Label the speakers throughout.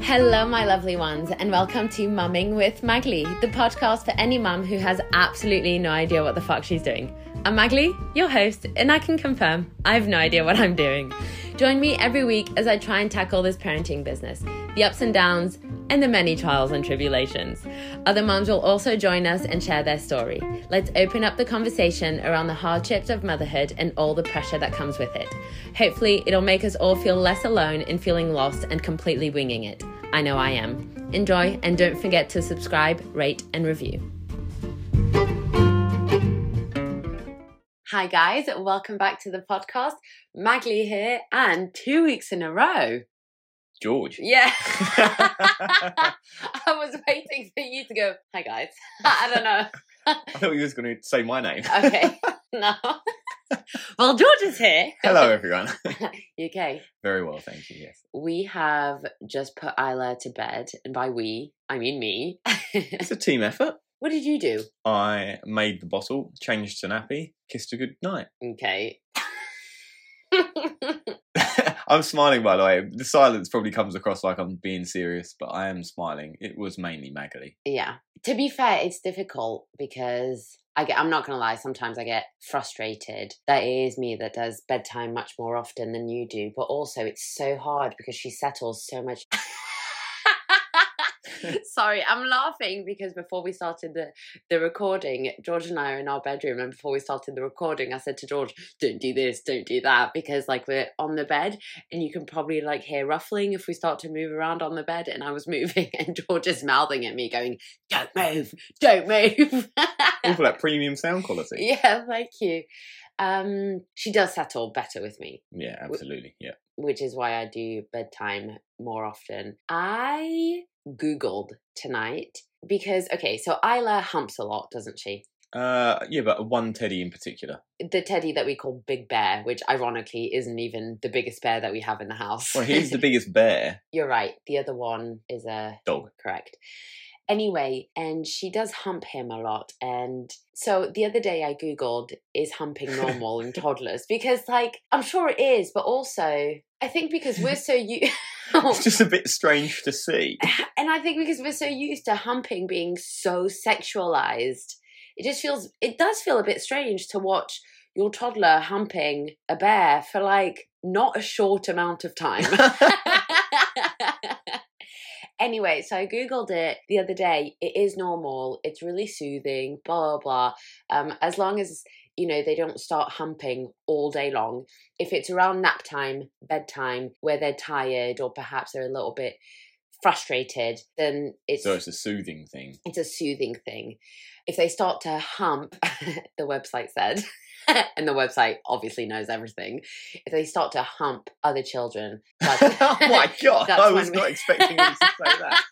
Speaker 1: Hello, my lovely ones, and welcome to Mumming with Magli, the podcast for any mum who has absolutely no idea what the fuck she's doing. I'm Magli, your host, and I can confirm I have no idea what I'm doing. Join me every week as I try and tackle this parenting business, the ups and downs, and the many trials and tribulations. Other mums will also join us and share their story. Let's open up the conversation around the hardships of motherhood and all the pressure that comes with it. Hopefully, it'll make us all feel less alone in feeling lost and completely winging it. I know I am. Enjoy and don't forget to subscribe, rate, and review. Hi, guys. Welcome back to the podcast. Magli here, and two weeks in a row.
Speaker 2: George.
Speaker 1: Yeah. I was waiting for you to go, hi, guys. I don't know.
Speaker 2: I thought you was going to say my name.
Speaker 1: Okay. no. well, George is here.
Speaker 2: Hello, everyone.
Speaker 1: UK.
Speaker 2: Very well, thank you. Yes,
Speaker 1: We have just put Isla to bed, and by we, I mean me.
Speaker 2: it's a team effort.
Speaker 1: what did you do?
Speaker 2: I made the bottle, changed to nappy, kissed her good night.
Speaker 1: Okay.
Speaker 2: I'm smiling, by the way. The silence probably comes across like I'm being serious, but I am smiling. It was mainly Magali.
Speaker 1: Yeah. To be fair, it's difficult because I get, I'm not going to lie, sometimes I get frustrated that it is me that does bedtime much more often than you do. But also, it's so hard because she settles so much. Sorry, I'm laughing because before we started the, the recording, George and I are in our bedroom. And before we started the recording, I said to George, don't do this, don't do that, because like we're on the bed and you can probably like hear ruffling if we start to move around on the bed. And I was moving and George is mouthing at me, going, don't move, don't move.
Speaker 2: All for that premium sound quality.
Speaker 1: yeah, thank you. Um, she does settle better with me
Speaker 2: Yeah, absolutely. Yeah.
Speaker 1: which is why I do bedtime more often. I Googled tonight because, okay, so Isla humps a lot, doesn't she?
Speaker 2: Uh, yeah, but one teddy in particular.
Speaker 1: The teddy that we call Big Bear, which ironically isn't even the biggest bear that we have in the house.
Speaker 2: Well, he's the biggest bear.
Speaker 1: You're right. The other one is a
Speaker 2: Dog.
Speaker 1: Correct. Anyway, and she does hump him a lot. And so the other day I Googled, is humping normal in toddlers? Because, like, I'm sure it is, but also, I think because we're so used. Oh.
Speaker 2: It's just a bit strange to see.
Speaker 1: and I think because we're so used to humping being so sexualized, it just feels it does feel a bit strange to watch your toddler humping a bear for like not a short amount of time. anyway, so I googled it the other day. It is normal. It's really soothing. Blah blah. blah. Um, as long as you know they don't start humping all day long. If it's around nap time, bedtime, where they're tired or perhaps they're a little bit frustrated, then it's
Speaker 2: So it's a soothing thing.
Speaker 1: it's a soothing thing. If they start to hump, the website said, and the website obviously knows everything. If they start to hump other children, that's,
Speaker 2: oh my god!
Speaker 1: That's
Speaker 2: I was
Speaker 1: when we-
Speaker 2: not expecting him to say that.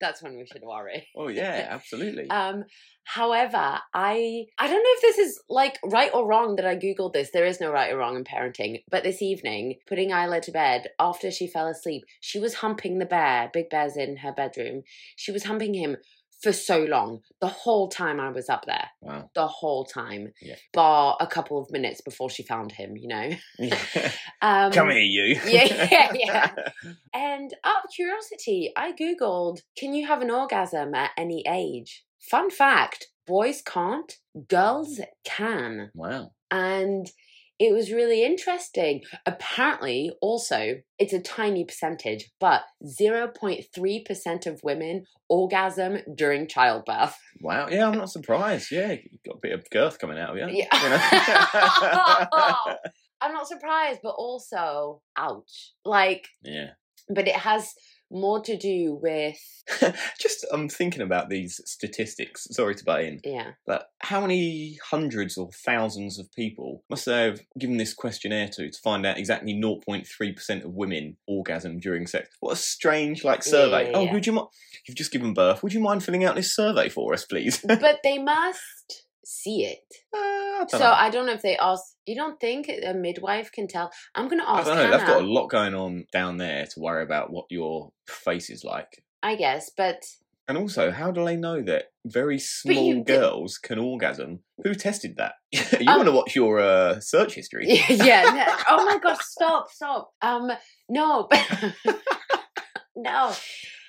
Speaker 1: that's when we should worry.
Speaker 2: Oh yeah, absolutely.
Speaker 1: Um, however, I I don't know if this is like right or wrong that I googled this. There is no right or wrong in parenting. But this evening, putting Isla to bed after she fell asleep, she was humping the bear. Big bear's in her bedroom. She was humping him for so long, the whole time I was up there,
Speaker 2: wow.
Speaker 1: the whole time,
Speaker 2: Yeah.
Speaker 1: bar a couple of minutes before she found him. You know.
Speaker 2: Yeah.
Speaker 1: Um,
Speaker 2: Come here, you.
Speaker 1: yeah, yeah, yeah. And out of curiosity, I Googled can you have an orgasm at any age? Fun fact boys can't, girls can.
Speaker 2: wow.
Speaker 1: And it was really interesting. Apparently, also, it's a tiny percentage, but 0.3% of women orgasm during childbirth.
Speaker 2: Wow. Yeah, I'm not surprised. Yeah, you've got a bit of girth coming out of Oh, you.
Speaker 1: Yeah.
Speaker 2: You know?
Speaker 1: I'm not surprised, but also, ouch. Like,
Speaker 2: yeah.
Speaker 1: but it has more to do with,
Speaker 2: Just, I'm thinking about these statistics. Sorry to butt in,
Speaker 1: yeah.
Speaker 2: but how many hundreds or thousands of people must they have given this questionnaire to to find out exactly 0.3% of women orgasm during sex? What a strange, like,
Speaker 1: Yeah,
Speaker 2: survey.
Speaker 1: yeah,
Speaker 2: oh,
Speaker 1: yeah.
Speaker 2: would you mind? You've just given birth. Would you mind filling out this survey for us, please? Uh,
Speaker 1: but they must see it.
Speaker 2: Eh, I don't
Speaker 1: So
Speaker 2: know.
Speaker 1: I don't know if they ask. You don't think a midwife can tell? I'm gonna
Speaker 2: I
Speaker 1: ask
Speaker 2: don't know. They've got a
Speaker 1: Hannah.
Speaker 2: lot going on down there to worry about what your face is like.
Speaker 1: I guess, but
Speaker 2: And also, how do they know that very
Speaker 1: But you
Speaker 2: small
Speaker 1: did-
Speaker 2: girls can orgasm? Who tested that? you
Speaker 1: Um,
Speaker 2: want to watch your uh, search history?
Speaker 1: yeah. no- Oh my gosh! Stop! Stop! Um, no. but- no.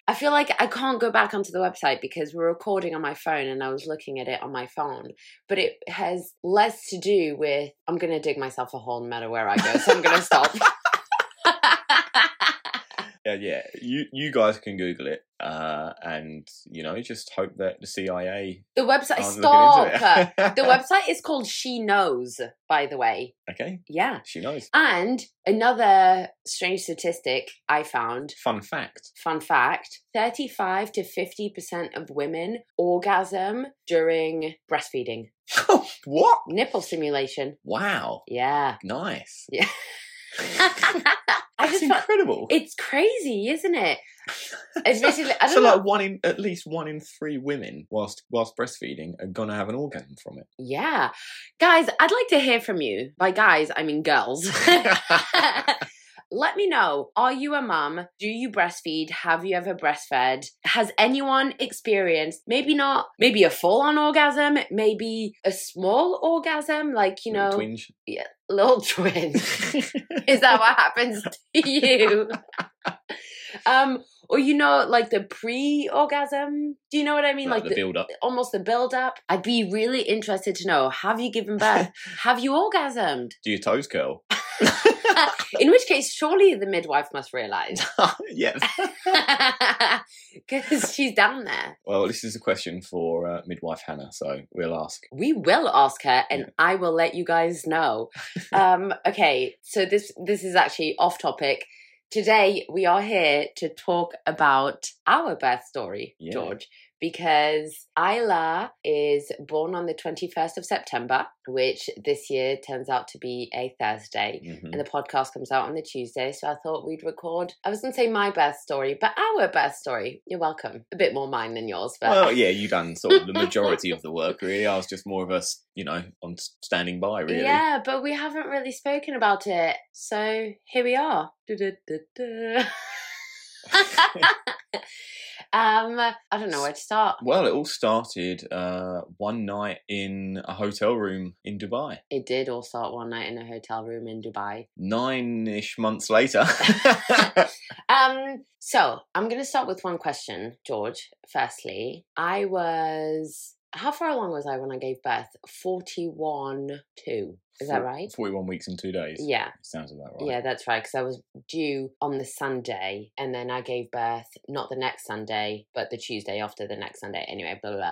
Speaker 1: I feel like I can't go back onto the website because we're recording on my phone and I was looking at it on my phone. But it has less to do with I'm going to dig myself a hole no matter where I go. So I'm going to stop.
Speaker 2: Yeah, yeah. You you guys can Google it, uh, and you know, just hope that the CIA
Speaker 1: the website,
Speaker 2: aren't
Speaker 1: stop.
Speaker 2: looking into it.
Speaker 1: the website is called She Knows, by the way.
Speaker 2: Okay,
Speaker 1: Yeah.
Speaker 2: she knows.
Speaker 1: And another strange statistic I found
Speaker 2: Fun fact.
Speaker 1: fun fact 35 to 50% of women orgasm during breastfeeding
Speaker 2: what?
Speaker 1: nipple stimulation
Speaker 2: Wow.
Speaker 1: yeah
Speaker 2: Nice.
Speaker 1: yeah i
Speaker 2: That's
Speaker 1: just thought
Speaker 2: incredible.
Speaker 1: it's crazy isn't it admittedly i don't
Speaker 2: so
Speaker 1: know
Speaker 2: like one in at least one in three women whilst whilst breastfeeding are gonna have an orgasm from it.
Speaker 1: yeah guys i'd like to hear from you by guys i mean girls Let me know. Are you a mum? Do you breastfeed? Have you ever breastfed? Has anyone experienced maybe not, maybe a full on orgasm, maybe a small orgasm, like, you
Speaker 2: Little
Speaker 1: know,
Speaker 2: twinge.
Speaker 1: little twin. Is that what happens to you? um, or, you know, like the pre orgasm? Do you know what I mean?
Speaker 2: like, the build up.
Speaker 1: almost the build up. I'd be really interested to know have you given birth? have you orgasmed?
Speaker 2: Do your toes curl?
Speaker 1: In which case, surely the midwife must realize.
Speaker 2: yeah.
Speaker 1: Because she's down there.
Speaker 2: Well, this is a question for uh, midwife Hannah, so we'll ask.
Speaker 1: We will ask her, and
Speaker 2: Yeah.
Speaker 1: I will let you guys know. um, okay, so this this is actually off topic. Today we are here to talk about our birth story,
Speaker 2: Yeah.
Speaker 1: George, because Isla is born on the twenty first of September, which this year turns out to be a Thursday.
Speaker 2: Mhm.
Speaker 1: and the podcast comes out on the Tuesday. So I thought we'd record. I was going to say my birth story, but our birth story. You're welcome. A bit more mine than yours, but
Speaker 2: Well, yeah, you done sort of the majority of the work, really. I was just more of a, s- you know, on s- standing by, really.
Speaker 1: yeah, but we haven't really spoken about it. So here we are. Du-du-du-du. um, I don't know where to start.
Speaker 2: Well, it all started uh, one night in a hotel room in Dubai.
Speaker 1: It did all start one night in a hotel room in Dubai.
Speaker 2: Nine ish months later.
Speaker 1: Um, so I'm gonna start with one question, George. Firstly, I was how far along was I when I gave birth? Forty one two. Is that
Speaker 2: Four-
Speaker 1: right?
Speaker 2: 41 weeks and two days.
Speaker 1: Yeah.
Speaker 2: Sounds about right.
Speaker 1: Yeah, that's right. Because I was due on the Sunday, and then I gave birth not the next Sunday, but the Tuesday after the next Sunday. Anyway, blah blah. blah.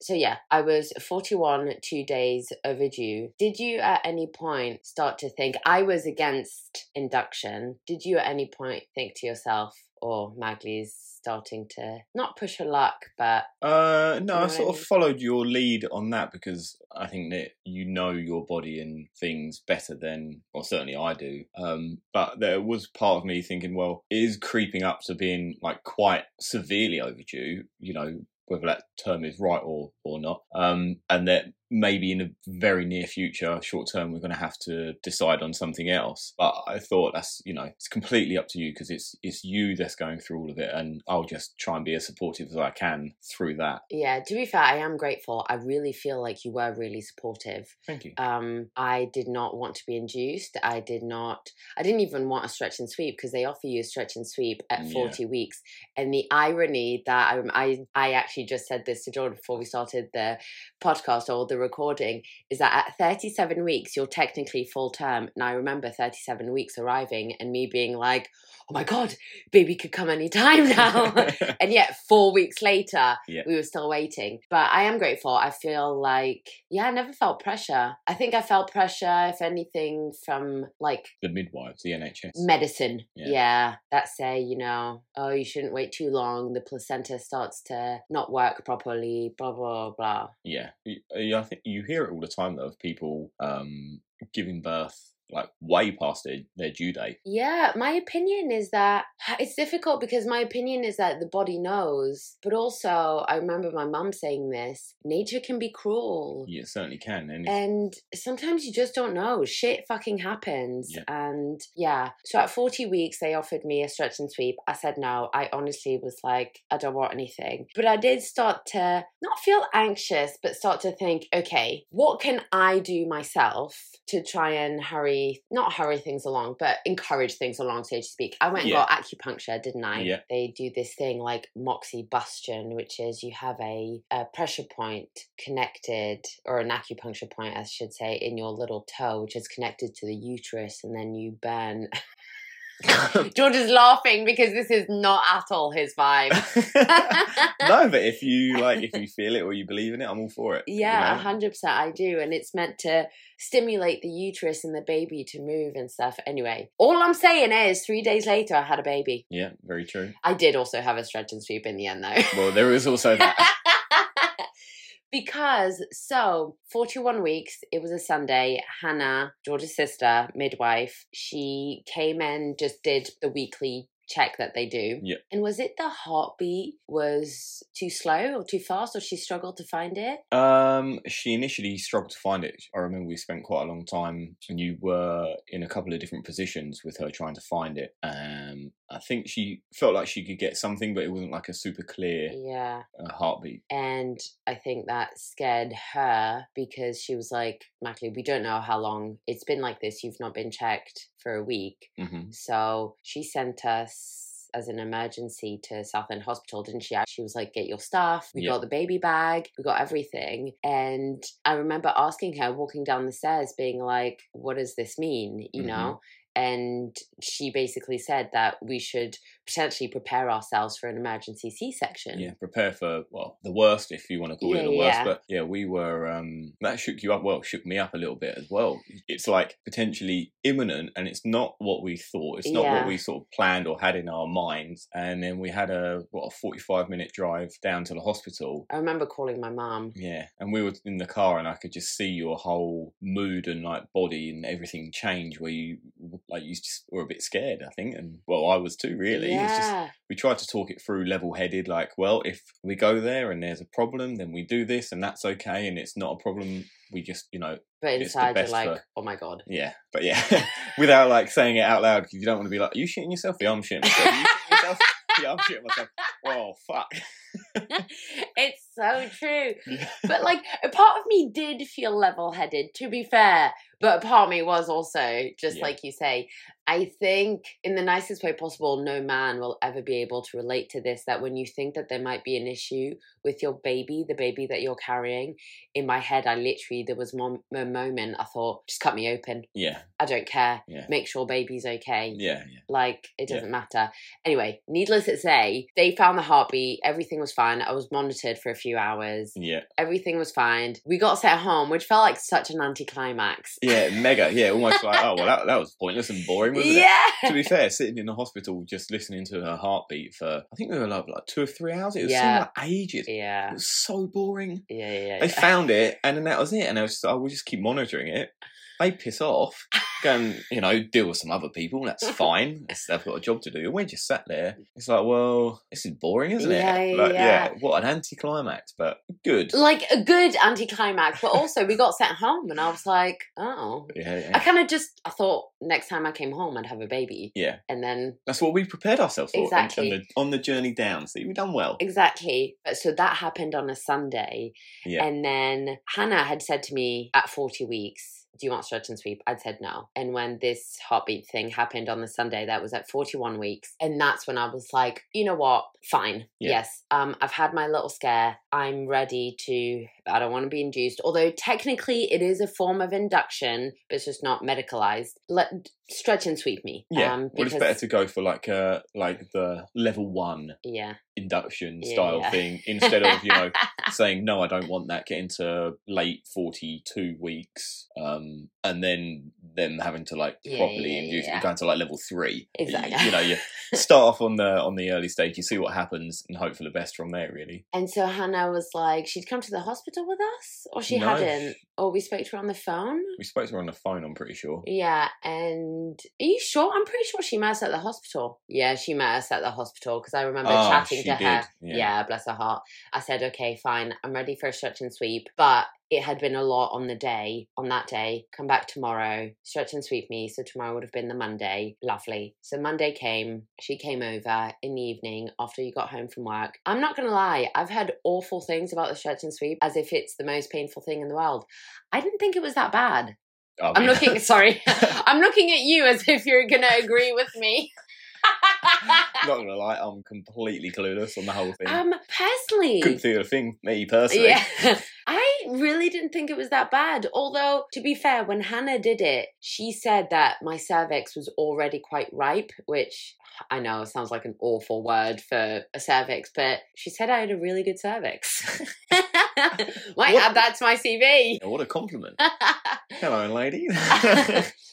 Speaker 1: So yeah, I was forty-one, two days overdue. Did you at any point start to think I was against induction? Did you at any point think to yourself, or Magley's starting to not push her luck, but
Speaker 2: Uh, no, I
Speaker 1: Right.
Speaker 2: sort of followed your lead on that because I think that you know your body and things better than, or certainly I do. Um, but there was part of me thinking, well, it is creeping up to being like quite severely overdue, you know, whether that term is right or, or not. Um, and that maybe in the very near future, short term, we're going to have to decide on something else. But I thought that's you know it's completely up to you because it's it's you that's going through all of it, and I'll just try and be as supportive as I can through that.
Speaker 1: yeah. To be fair, I am grateful. I really feel like you were really supportive.
Speaker 2: Thank you.
Speaker 1: um, I did not want to be induced. I did not. I didn't even want a stretch and sweep because they offer you a stretch and sweep at
Speaker 2: Yeah.
Speaker 1: forty weeks. And the irony that I, I, I actually just said this to Jordan before we started the podcast or the recording is that at thirty-seven weeks you're technically full term. And I remember thirty-seven weeks arriving and me being like, "Oh my god, baby could come any time now." and yet four weeks later
Speaker 2: Yeah.
Speaker 1: we were still waiting but i am grateful i feel like yeah i never felt pressure i think i felt pressure if anything from like
Speaker 2: the midwives, the NHS.
Speaker 1: medicine yeah.
Speaker 2: Yeah.
Speaker 1: that say you know oh you shouldn't wait too long the placenta starts to not work properly blah blah blah
Speaker 2: yeah, Y- yeah. I think you hear it all the time though of people um, giving birth like way past their, their due date.
Speaker 1: Yeah, my opinion is that it's difficult because my opinion is that the body knows, but also I remember my mum saying this nature can be cruel.
Speaker 2: You certainly can, and it's-
Speaker 1: And sometimes you just don't know. Shit fucking happens.
Speaker 2: Yeah.
Speaker 1: And yeah. So at 40 weeks, they offered me a stretch and sweep. I said no. I honestly was like, I don't want anything. But I did start to not feel anxious, but start to think, okay, what can I do myself to try and hurry hurry, not hurry things along, but encourage things along, so to speak. I went and
Speaker 2: Yeah.
Speaker 1: got acupuncture, didn't I?
Speaker 2: Yeah.
Speaker 1: They do this thing like moxibustion, which is you have a, a pressure point connected, or an acupuncture point, I should say, in your little toe, which is connected to the uterus, and then you burn. George is laughing because this is not at all his vibe.
Speaker 2: no, but if you like, if you feel it or you believe in it, I'm all for it. you
Speaker 1: Yeah,
Speaker 2: know?
Speaker 1: hundred percent. I do, and it's meant to stimulate the uterus and the baby to move and stuff. Anyway, all I'm saying is, three days later, I had a baby.
Speaker 2: yeah, very true.
Speaker 1: I did also have a stretch and sweep in the end, though.
Speaker 2: Well, there is also that.
Speaker 1: because so 41 weeks it was a sunday hannah george's sister midwife she came in just did the weekly check that they do
Speaker 2: Yeah.
Speaker 1: and was it the heartbeat was too slow or too fast or she struggled to find it
Speaker 2: Um, she initially struggled to find it. I remember we spent quite a long time, and you were in a couple of different positions with her trying to find it. Um, I think she felt like she could get something, but it wasn't like a super clear
Speaker 1: yeah
Speaker 2: uh, heartbeat.
Speaker 1: And I think that scared her because she was like, Mackley, we don't know how long it's been like this. You've not been checked for a week.
Speaker 2: hmm
Speaker 1: So she sent us as an emergency to Southend Hospital, didn't she? She was like, get your stuff. We
Speaker 2: Yeah.
Speaker 1: got the baby bag, we got everything. And I remember asking her, walking down the stairs, being like, what does this mean? You
Speaker 2: Mhm.
Speaker 1: know? And she basically said that we should potentially prepare ourselves for an emergency C section.
Speaker 2: Yeah, prepare for well the worst if you want to call it
Speaker 1: Yeah,
Speaker 2: the worst.
Speaker 1: yeah.
Speaker 2: But yeah, we were um that shook you up. Well, shook me up a little bit as well. It's like potentially imminent, and it's not what we thought. It's not
Speaker 1: Yeah.
Speaker 2: what we sort of planned or had in our minds. And then we had a what a forty-five minute drive down to the hospital.
Speaker 1: I remember calling my mom.
Speaker 2: Yeah, and we were in the car, and I could just see your whole mood and like body and everything change. Where you like you just were a bit scared, I think, and well, I was too. Really,
Speaker 1: Yeah.
Speaker 2: it's just we tried to talk it through level headed like well if we go there and there's a problem then we do this and that's okay and it's not a problem we just you know
Speaker 1: but
Speaker 2: it's the
Speaker 1: inside you're
Speaker 2: best
Speaker 1: like,
Speaker 2: for-
Speaker 1: oh my god.
Speaker 2: yeah but yeah without like saying it out loud because you don't want to be like you shitting yourself yeah i'm shitting myself you shitting yourself yeah i'm shitting myself well fuck
Speaker 1: it's so true.
Speaker 2: Yeah.
Speaker 1: But like a part of me did feel level headed, to be fair. But a part of me was also, just
Speaker 2: Yeah.
Speaker 1: like you say, I think in the nicest way possible, no man will ever be able to relate to this. That when you think that there might be an issue with your baby, the baby that you're carrying, in my head, I literally, there was one, one moment I thought, just cut me open.
Speaker 2: yeah
Speaker 1: I don't care.
Speaker 2: Yeah.
Speaker 1: Make sure baby's okay.
Speaker 2: yeah yeah
Speaker 1: Like, it
Speaker 2: Yeah.
Speaker 1: doesn't matter. Anyway, needless to say, they found the heartbeat. Everything was fine. I was monitored for a few hours.
Speaker 2: yeah
Speaker 1: Everything was fine. We got sent home, which felt like such an anticlimax.
Speaker 2: yeah mega yeah almost like oh well that, that was pointless and boring wasn't it
Speaker 1: yeah.
Speaker 2: to be fair, sitting in the hospital just listening to her heartbeat for I think we were like, like two or three hours. It was
Speaker 1: Yeah.
Speaker 2: yeah. like ages. It
Speaker 1: Yeah.
Speaker 2: was so boring.
Speaker 1: Yeah, yeah,
Speaker 2: they
Speaker 1: yeah.
Speaker 2: found it, and then that was it. And I was just, I will just keep monitoring it. They piss off, go and you know deal with some other people. That's fine. That's- They've got a job to do. And we're just sat there. It's like, well, this is boring, isn't it?
Speaker 1: Yeah, yeah,
Speaker 2: Like,
Speaker 1: yeah.
Speaker 2: What an anticlimax, but good.
Speaker 1: Like a good anticlimax, but also we got sent home, and I was like, oh.
Speaker 2: Yeah,
Speaker 1: I
Speaker 2: yeah.
Speaker 1: kind of just I thought next time I came home I'd have a baby,
Speaker 2: yeah.
Speaker 1: and then
Speaker 2: That's what we prepared ourselves for. on- on
Speaker 1: Exactly.
Speaker 2: the- on the journey down. See, we've done well.
Speaker 1: Exactly. But So that happened on a Sunday.
Speaker 2: Yeah.
Speaker 1: And then Hannah had said to me at 40 weeks, do you want stretch and sweep? I'd said no. And when this heartbeat thing happened on the Sunday, that was at 41 weeks. And that's when I was like, you know what? Fine.
Speaker 2: Yeah.
Speaker 1: Yes. Um, I've had my little scare. I'm ready to, I don't want to be induced. Although technically it is a form of induction, but it's just not medicalized. Let stretch and sweep me.
Speaker 2: Yeah,
Speaker 1: Um,
Speaker 2: well, it's
Speaker 1: because-
Speaker 2: better to go for like uh like the level one
Speaker 1: yeah.
Speaker 2: induction
Speaker 1: Yeah,
Speaker 2: style
Speaker 1: yeah.
Speaker 2: thing instead of you know saying no, I don't want that. Get into late forty-two weeks, um, and then them having to like
Speaker 1: Yeah,
Speaker 2: properly
Speaker 1: yeah,
Speaker 2: induce
Speaker 1: yeah.
Speaker 2: going to like level three. You-
Speaker 1: Exactly.
Speaker 2: You, know, you start off on the on the early stage, you see what happens, and hope for the best from there. Really,
Speaker 1: And so Hannah was like, she'd come to the hospital with us, or she
Speaker 2: No.
Speaker 1: hadn't, or we spoke to her on the phone.
Speaker 2: we spoke to her on the phone. I'm pretty sure.
Speaker 1: Yeah, and are you sure? I'm pretty sure she met us at the hospital. Yeah, she met us at the hospital because I remember
Speaker 2: Ah,
Speaker 1: chatting
Speaker 2: she
Speaker 1: to her.
Speaker 2: did, yeah.
Speaker 1: Yeah. bless her heart. I said, okay, fine, I'm ready for a stretch and sweep, but it had been a lot on the day, on that day. Come back tomorrow, stretch and sweep me. So tomorrow would have been the Monday. Lovely. So Monday came, she came over in the evening after you got home from work. I'm not going to lie, I've heard awful things about the stretch and sweep as if it's the most painful thing in the world. I didn't think it was that bad.
Speaker 2: I
Speaker 1: I'm
Speaker 2: mean,
Speaker 1: looking. Sorry, I'm looking at you as if you're gonna agree with me.
Speaker 2: not gonna lie, I'm completely clueless on the whole thing.
Speaker 1: um, personally,
Speaker 2: Couldn't feel a thing, me personally.
Speaker 1: yeah, I really didn't think it was that bad. Although, to be fair, when Hannah did it, she said that my cervix was already quite ripe, which I know sounds like an awful word for a cervix, but she said I had a really good cervix. Might
Speaker 2: What-
Speaker 1: add that to my CV.
Speaker 2: Yeah, What a compliment. Hello, lady.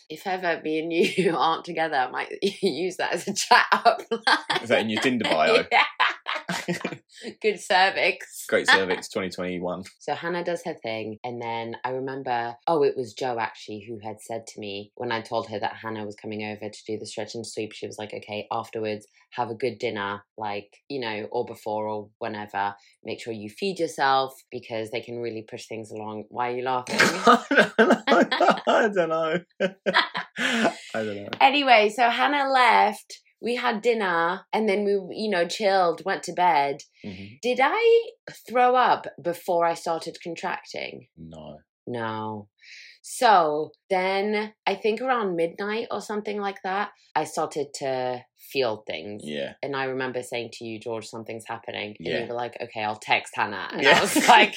Speaker 1: if ever me and you aren't together, I might use that as a chat up line.
Speaker 2: Is that in your Tinder bio?
Speaker 1: Yeah. Good cervix.
Speaker 2: Great cervix 2021.
Speaker 1: So Hannah does her thing. And then I remember, oh, it was Joe actually who had said to me when I told her that Hannah was coming over to do the stretch and sweep, she was like, okay, afterwards, have a good dinner, like, you know, or before or whenever. Make sure you feed yourself because they can really push things along. Why are you laughing?
Speaker 2: I don't know. I don't know.
Speaker 1: Anyway, so Hannah left. We had dinner and then we, you know, chilled, went to bed.
Speaker 2: Mhm.
Speaker 1: Did I throw up before I started contracting?
Speaker 2: No.
Speaker 1: No. So then I think around midnight or something like that, I started to feel things.
Speaker 2: Yeah.
Speaker 1: And I remember saying to you, George, something's happening. And
Speaker 2: Yeah.
Speaker 1: you were like, okay, I'll text Hannah. And
Speaker 2: Yeah.
Speaker 1: I was like,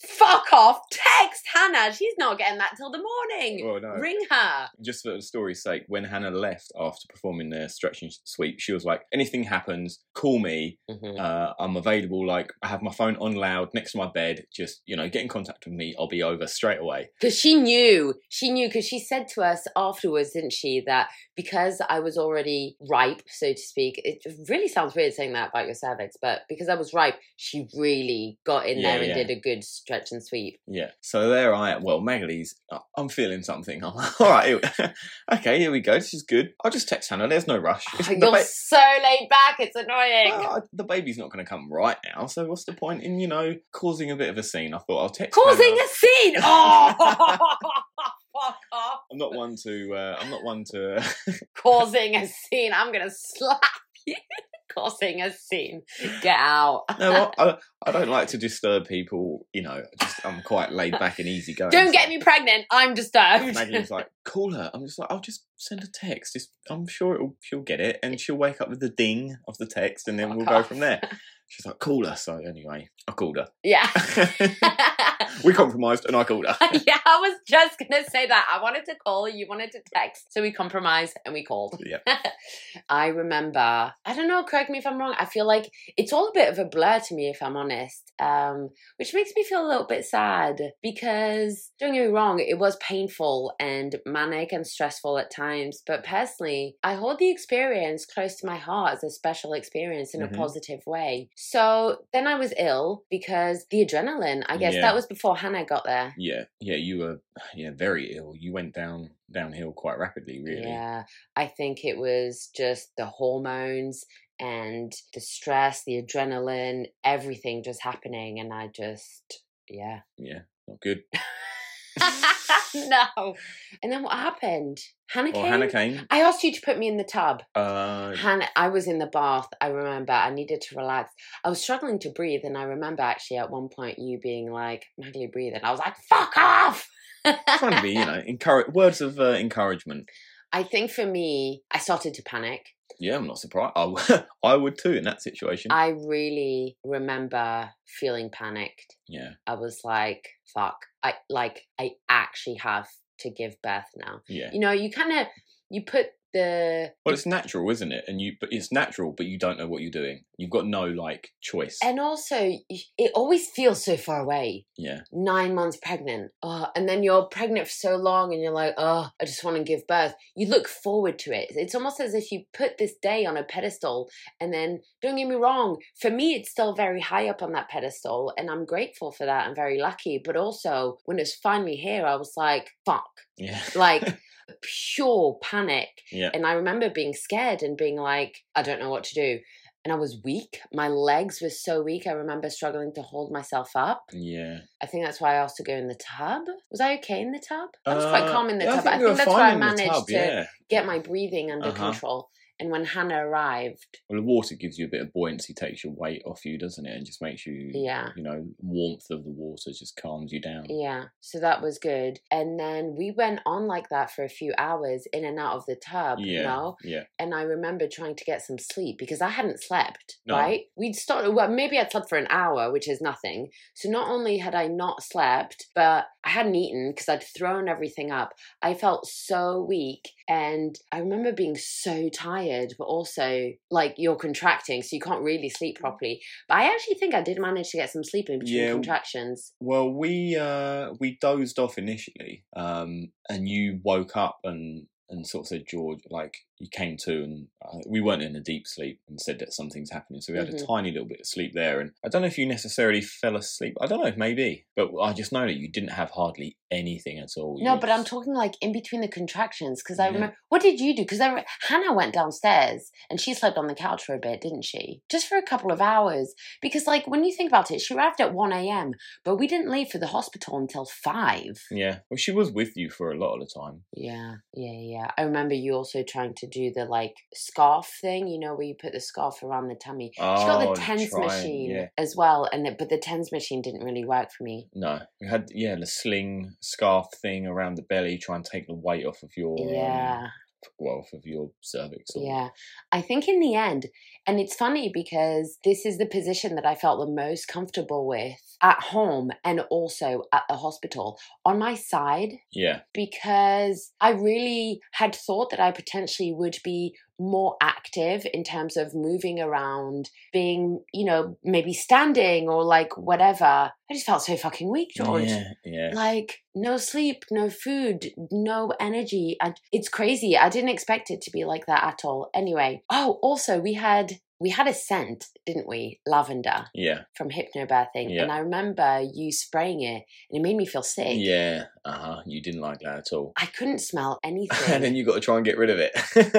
Speaker 1: fuck off, text Hannah. She's not getting that till the morning.
Speaker 2: Well, no.
Speaker 1: Ring her.
Speaker 2: Just for the story's sake, when Hannah left after performing the stretch and sweep, she was like, anything happens, call me.
Speaker 1: Mhm.
Speaker 2: Uh, I'm available. Like, I have my phone on loud next to my bed. Just, you know, get in contact with me. I'll be over straight away.
Speaker 1: Because she knew, she knew, because she said to us afterwards, didn't she, that because I was already ripe, so to speak, it really sounds weird saying that about your cervix, but because I was ripe, she really got in
Speaker 2: Yeah,
Speaker 1: there and
Speaker 2: yeah.
Speaker 1: did a good stretch and sweep.
Speaker 2: Yeah. So there I am. Well, Maggie's, uh, I'm feeling something. I'm like, all right. here- okay, here we go. This is good. I'll just text Hannah. There's no rush. It's-
Speaker 1: Oh,
Speaker 2: the Ah,
Speaker 1: you're
Speaker 2: ba-
Speaker 1: so laid back, it's annoying.
Speaker 2: Well, I- the baby's not going to come right now, so what's the point in you know causing a bit of a scene? I thought I'll text.
Speaker 1: Causing
Speaker 2: Hannah.
Speaker 1: a scene! Oh! Fuck off.
Speaker 2: I'm not one to. Uh, I'm not one to.
Speaker 1: Causing a scene. I'm going to slap you. Causing a scene. Get out.
Speaker 2: no, I, I, I don't like to disturb people. You know, just I'm quite laid back and easy going.
Speaker 1: Don't get me pregnant. I'm disturbed.
Speaker 2: Maggie was like, "Call her." I'm just like, "I'll just send a text. Just, I'm sure it'll, she'll get it, and she'll wake up with the ding of the text, and then
Speaker 1: Fuck
Speaker 2: we'll go
Speaker 1: off.
Speaker 2: from there." She's like, "Call her." So anyway, I called
Speaker 1: Yeah.
Speaker 2: her.
Speaker 1: yeah,
Speaker 2: we compromised, and I called her.
Speaker 1: I was just gonna say that. I wanted to call, you wanted to text, so we compromised and we called.
Speaker 2: Yeah.
Speaker 1: I remember, I don't know, correct me if I'm wrong. I feel like it's all a bit of a blur to me if I'm honest. Um, which makes me feel a little bit sad because don't get me wrong, it was painful and manic and stressful at times, but personally, I hold the experience close to my heart as a special experience in
Speaker 2: Mhm.
Speaker 1: a positive way. So then I was ill because the adrenaline, I guess
Speaker 2: Yeah.
Speaker 1: that was before Hannah got there.
Speaker 2: Yeah, yeah, you were yeah very ill. You went down downhill quite rapidly, really.
Speaker 1: Yeah, I think it was just the hormones and the stress, the adrenaline, everything just happening. And I just, yeah.
Speaker 2: Yeah, not good.
Speaker 1: no. And then what happened? Hannah
Speaker 2: Well,
Speaker 1: came.
Speaker 2: Oh, Hannah came.
Speaker 1: I asked you to put me in the tub.
Speaker 2: Uh,
Speaker 1: Hannah, I was in the bath. I remember I needed to relax. I was struggling to breathe. And I remember actually at one point you being like, Maggie, breathe. And I was like, fuck off.
Speaker 2: trying to be, you know, encourage words of uh, encouragement.
Speaker 1: I think for me, I started to panic.
Speaker 2: Yeah, I'm not surprised. I, w- I would too in that situation.
Speaker 1: I really remember feeling panicked.
Speaker 2: yeah,
Speaker 1: I was like, fuck. I like I actually have to give birth now.
Speaker 2: yeah.
Speaker 1: You know, you kind of you put the
Speaker 2: Well, it's natural, isn't it? And you, but it's natural, but you don't know what you're doing. You've got no like choice.
Speaker 1: and also y- it always feels so far away.
Speaker 2: yeah,
Speaker 1: 9 months pregnant. Oh, and then you're pregnant for so long and you're like, "Oh, I just want to give birth." You look forward to it. It's almost as if you put this day on a pedestal and then don't get me wrong, for me it's still very high up on that pedestal and I'm grateful for that. I'm very lucky, but also when it's finally here, I was like, "Fuck."
Speaker 2: yeah,
Speaker 1: Like pure panic.
Speaker 2: yeah.
Speaker 1: And I remember being scared and being like, I don't know what to do. And I was weak. My legs were so weak. I remember struggling to hold myself up.
Speaker 2: Yeah,
Speaker 1: I think that's why I asked to go in the tub. Was I okay in the tub? I was
Speaker 2: Uh,
Speaker 1: quite calm in the
Speaker 2: yeah,
Speaker 1: tub. I
Speaker 2: we were
Speaker 1: think that's
Speaker 2: fine
Speaker 1: where I
Speaker 2: in the
Speaker 1: managed
Speaker 2: tub,
Speaker 1: to
Speaker 2: yeah.
Speaker 1: get my breathing under
Speaker 2: Uh-huh.
Speaker 1: control. And when Hannah arrived,
Speaker 2: Well, the water gives you a bit of buoyancy, takes your weight off you, doesn't it? And just makes you,
Speaker 1: yeah.
Speaker 2: you know, warmth of the water just calms you down.
Speaker 1: Yeah, so that was good. And then we went on like that for a few hours in and out of the tub, you know?
Speaker 2: yeah.
Speaker 1: And I remember trying to get some sleep because I hadn't slept,
Speaker 2: No.
Speaker 1: right? We'd started, well, maybe I'd slept for an hour, which is nothing. So not only had I not slept, but I hadn't eaten because I'd thrown everything up. I felt so weak. And I remember being so tired, but also like you're contracting, so you can't really sleep properly. But I actually think I did manage to get some sleep in between
Speaker 2: Yeah.
Speaker 1: contractions.
Speaker 2: Well, we uh, we dozed off initially, um, and you woke up and and sort of said, George, like you came to, and uh, we weren't in a deep sleep, and said that something's happening. So we had
Speaker 1: Mhm.
Speaker 2: a tiny little bit of sleep there, and I don't know if you necessarily fell asleep. I don't know, maybe, but I just know that you didn't have hardly anything at all.
Speaker 1: No,
Speaker 2: You
Speaker 1: but I'm
Speaker 2: just-
Speaker 1: talking like in between the contractions because I
Speaker 2: Yeah.
Speaker 1: remember. What did you do? Because I re- Hannah went downstairs and she slept on the couch for a bit, didn't she? Just for a couple of hours. Because like when you think about it, she arrived at one a.m., but we didn't leave for the hospital until five.
Speaker 2: Yeah, well, she was with you for a lot of the time.
Speaker 1: Yeah, yeah, yeah. I remember you also trying to do the like scarf thing. You know where you put the scarf around the tummy. she got
Speaker 2: Oh,
Speaker 1: the tens
Speaker 2: try and-
Speaker 1: machine
Speaker 2: yeah.
Speaker 1: as well, and the, but the tens machine didn't really work for me.
Speaker 2: No, we had yeah the sling scarf thing around the belly, try and take the weight off of your um,
Speaker 1: yeah.
Speaker 2: well, off of your cervix. Or,
Speaker 1: Yeah. I think in the end, and it's funny because this is the position that I felt the most comfortable with at home and also at the hospital on my side
Speaker 2: yeah,
Speaker 1: because I really had thought that I potentially would be more active in terms of moving around, being, you know, maybe standing or like whatever. I just felt so fucking weak, George
Speaker 2: yeah, yeah.
Speaker 1: like no sleep no food no energy and it's crazy i didn't expect it to be like that at all anyway oh also we had we had a scent didn't we lavender
Speaker 2: Yeah,
Speaker 1: from hypnobirthing
Speaker 2: Yeah.
Speaker 1: and i remember you spraying it and it made me feel sick
Speaker 2: yeah. Uh huh. You didn't like that at all,
Speaker 1: i couldn't smell
Speaker 2: and then
Speaker 1: anything
Speaker 2: you got to try and get rid of it.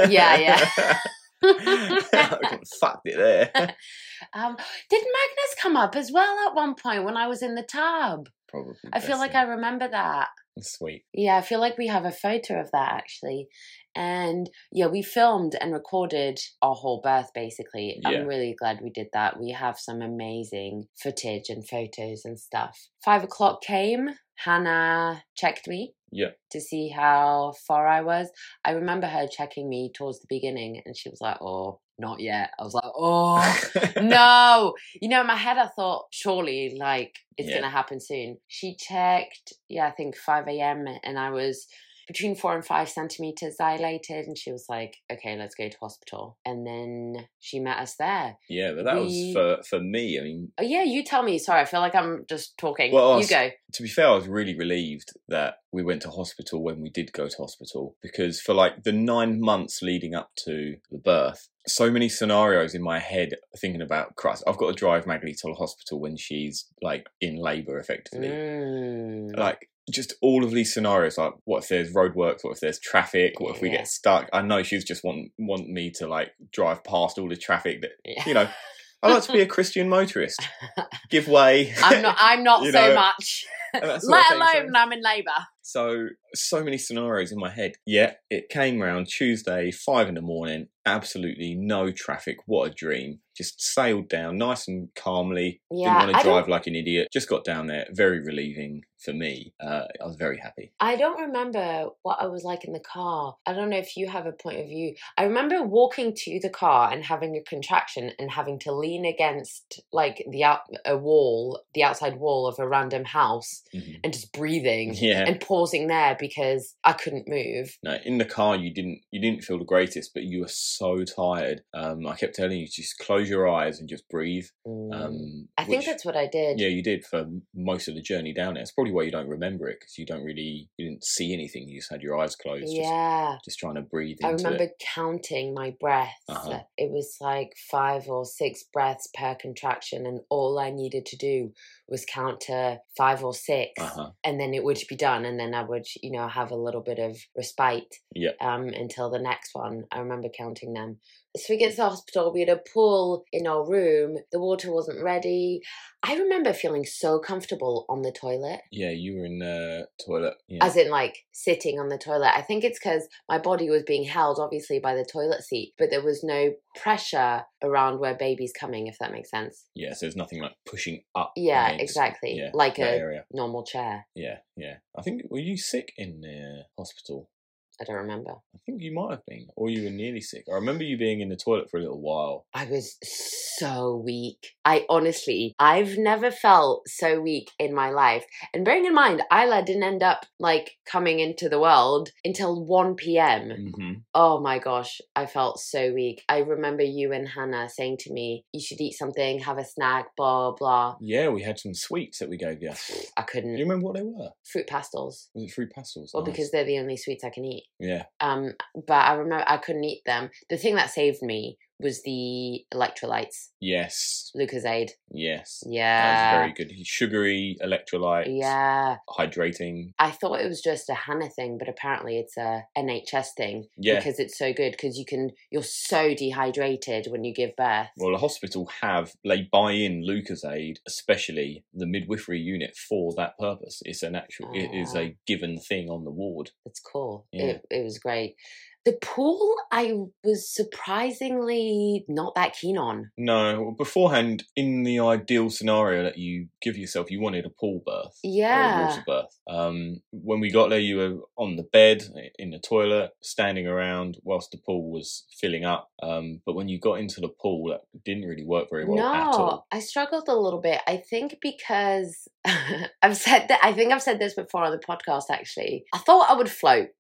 Speaker 1: Yeah, yeah.
Speaker 2: I could've fucked it there.
Speaker 1: um, did magnus come up as well at one point when i was in the tub
Speaker 2: Probably.
Speaker 1: i feel
Speaker 2: best
Speaker 1: like i
Speaker 2: thing.
Speaker 1: remember that
Speaker 2: sweet.
Speaker 1: Yeah, I feel like we have a photo of that actually. And yeah, we filmed and recorded our whole birth basically.
Speaker 2: Yeah.
Speaker 1: I'm really glad we did that. We have some amazing footage and photos and stuff. Five o'clock came, Hannah checked me.
Speaker 2: Yeah.
Speaker 1: To see how far I was. I remember her checking me towards the beginning and she was like, oh, not yet. I was like, oh no. You know, in my head, I thought, surely, like, it's
Speaker 2: Yeah.
Speaker 1: going to happen soon. She checked, yeah, I think 5 a.m., and I was between four and five centimeters dilated. And she was like, okay, let's go to hospital. And then she met us there.
Speaker 2: yeah, but that
Speaker 1: We-
Speaker 2: was for for me. I mean,
Speaker 1: Oh, yeah, you tell me. Sorry, I feel like I'm just talking.
Speaker 2: Well, I
Speaker 1: you
Speaker 2: was-
Speaker 1: go.
Speaker 2: to be fair, I was really relieved that we went to hospital when we did go to hospital because for like the nine months leading up to the birth, so many scenarios in my head thinking about Christ, I've got to drive Maggie to the hospital when she's like in labour effectively.
Speaker 1: Mm.
Speaker 2: Like just all of these scenarios, like what if there's roadworks, what if there's traffic, what if we
Speaker 1: Yeah.
Speaker 2: get stuck? I know she's just want want me to like drive past all the traffic that
Speaker 1: Yeah.
Speaker 2: you know. I like to be a Christian motorist. Give way.
Speaker 1: I'm not, I'm not
Speaker 2: You
Speaker 1: so
Speaker 2: know,
Speaker 1: much,
Speaker 2: And that sort of
Speaker 1: let
Speaker 2: thing, so-
Speaker 1: alone when I'm in labor.
Speaker 2: so, so many scenarios in my head. Yeah, it came round Tuesday, five in the morning, absolutely no traffic. What a dream. Just sailed down nice and calmly.
Speaker 1: Yeah,
Speaker 2: Didn't
Speaker 1: I
Speaker 2: want to
Speaker 1: don't-
Speaker 2: drive like an idiot. Just got down there. Very relieving for me. Uh, I was very happy.
Speaker 1: I don't remember what I was like in the car. I don't know if you have a point of view. I remember walking to the car and having a contraction and having to lean against like the out a wall, the outside wall of a random house,
Speaker 2: Mhm.
Speaker 1: and just breathing
Speaker 2: Yeah.
Speaker 1: Mm-hmm. and pausing there because I couldn't move.
Speaker 2: No, in the car you didn't you didn't feel the greatest, but you were so tired. Um, I kept telling you just close your eyes and just breathe. Um,
Speaker 1: Mm. I think
Speaker 2: which-
Speaker 1: that's what I did.
Speaker 2: Yeah, you did for most of the journey down there. It's probably why you don't remember it because you don't really you didn't see anything. You just had your eyes closed, just,
Speaker 1: Yeah.
Speaker 2: just trying to breathe. Into
Speaker 1: I remember
Speaker 2: It.
Speaker 1: counting my breaths.
Speaker 2: Uh-huh.
Speaker 1: It was like five or six breaths per contraction, and all I needed to do was count to five or 6
Speaker 2: Uh-huh.
Speaker 1: and then it would be done. And then I would, you know, have a little bit of respite
Speaker 2: Yep.
Speaker 1: um, until the next one. I remember counting them. So we get to the hospital, we had a pool in our room, the water wasn't ready. I remember feeling so comfortable on the toilet.
Speaker 2: Yeah, you were in the toilet. Yeah.
Speaker 1: As in, like sitting on the toilet. I think it's because my body was being held, obviously, by the toilet seat, but there was no pressure around where baby's coming, if that makes sense.
Speaker 2: yeah, so there's nothing like pushing up.
Speaker 1: Yeah,
Speaker 2: against-
Speaker 1: exactly.
Speaker 2: Yeah,
Speaker 1: like
Speaker 2: that
Speaker 1: a
Speaker 2: area.
Speaker 1: normal chair.
Speaker 2: Yeah, yeah. I think were you sick in the hospital?
Speaker 1: I don't remember.
Speaker 2: I think you might have been, or you were nearly sick. I remember you being in the toilet for a little while.
Speaker 1: I was so weak. I honestly, I've never felt so weak in my life. And bearing in mind, Isla didn't end up like coming into the world until 1 p.m.
Speaker 2: Mm-hmm.
Speaker 1: Oh my gosh, I felt so weak. I remember you and Hannah saying to me, you should eat something, have a snack, blah, blah.
Speaker 2: Yeah, we had some sweets that we gave you.
Speaker 1: I
Speaker 2: Do
Speaker 1: couldn't.
Speaker 2: you remember what they were?
Speaker 1: Fruit pastels.
Speaker 2: Was it fruit pastels?
Speaker 1: Well,
Speaker 2: Nice.
Speaker 1: because they're the only sweets I can eat.
Speaker 2: yeah,
Speaker 1: Um, but I remember I couldn't eat them. The thing that saved me was the electrolytes,
Speaker 2: yes,
Speaker 1: Lucasade.
Speaker 2: yes. That was
Speaker 1: Yeah.
Speaker 2: very good. Sugary electrolytes.
Speaker 1: Uh, Yeah.
Speaker 2: hydrating.
Speaker 1: I thought it was just a Hannah thing, but apparently it's a NHS thing
Speaker 2: Yeah.
Speaker 1: because it's so good because you can you're so dehydrated when you give birth.
Speaker 2: Well, the hospital have they buy in Lucasade, especially the midwifery unit, for that purpose. It's an actual, it is a given thing on the ward.
Speaker 1: It's cool.
Speaker 2: Yeah.
Speaker 1: It, it was great. The pool I was surprisingly not that keen on.
Speaker 2: No, well, beforehand, in the ideal scenario that you give yourself, you wanted a pool birth. Or a
Speaker 1: Yeah.
Speaker 2: water birth. Um, when we got there, you were on the bed, in the toilet, standing around whilst the pool was filling up. Um, but when you got into the pool, that didn't really work very well at all.
Speaker 1: No, I struggled a little bit. I think because I've said that I think I've said this before on the podcast actually. I thought I would float.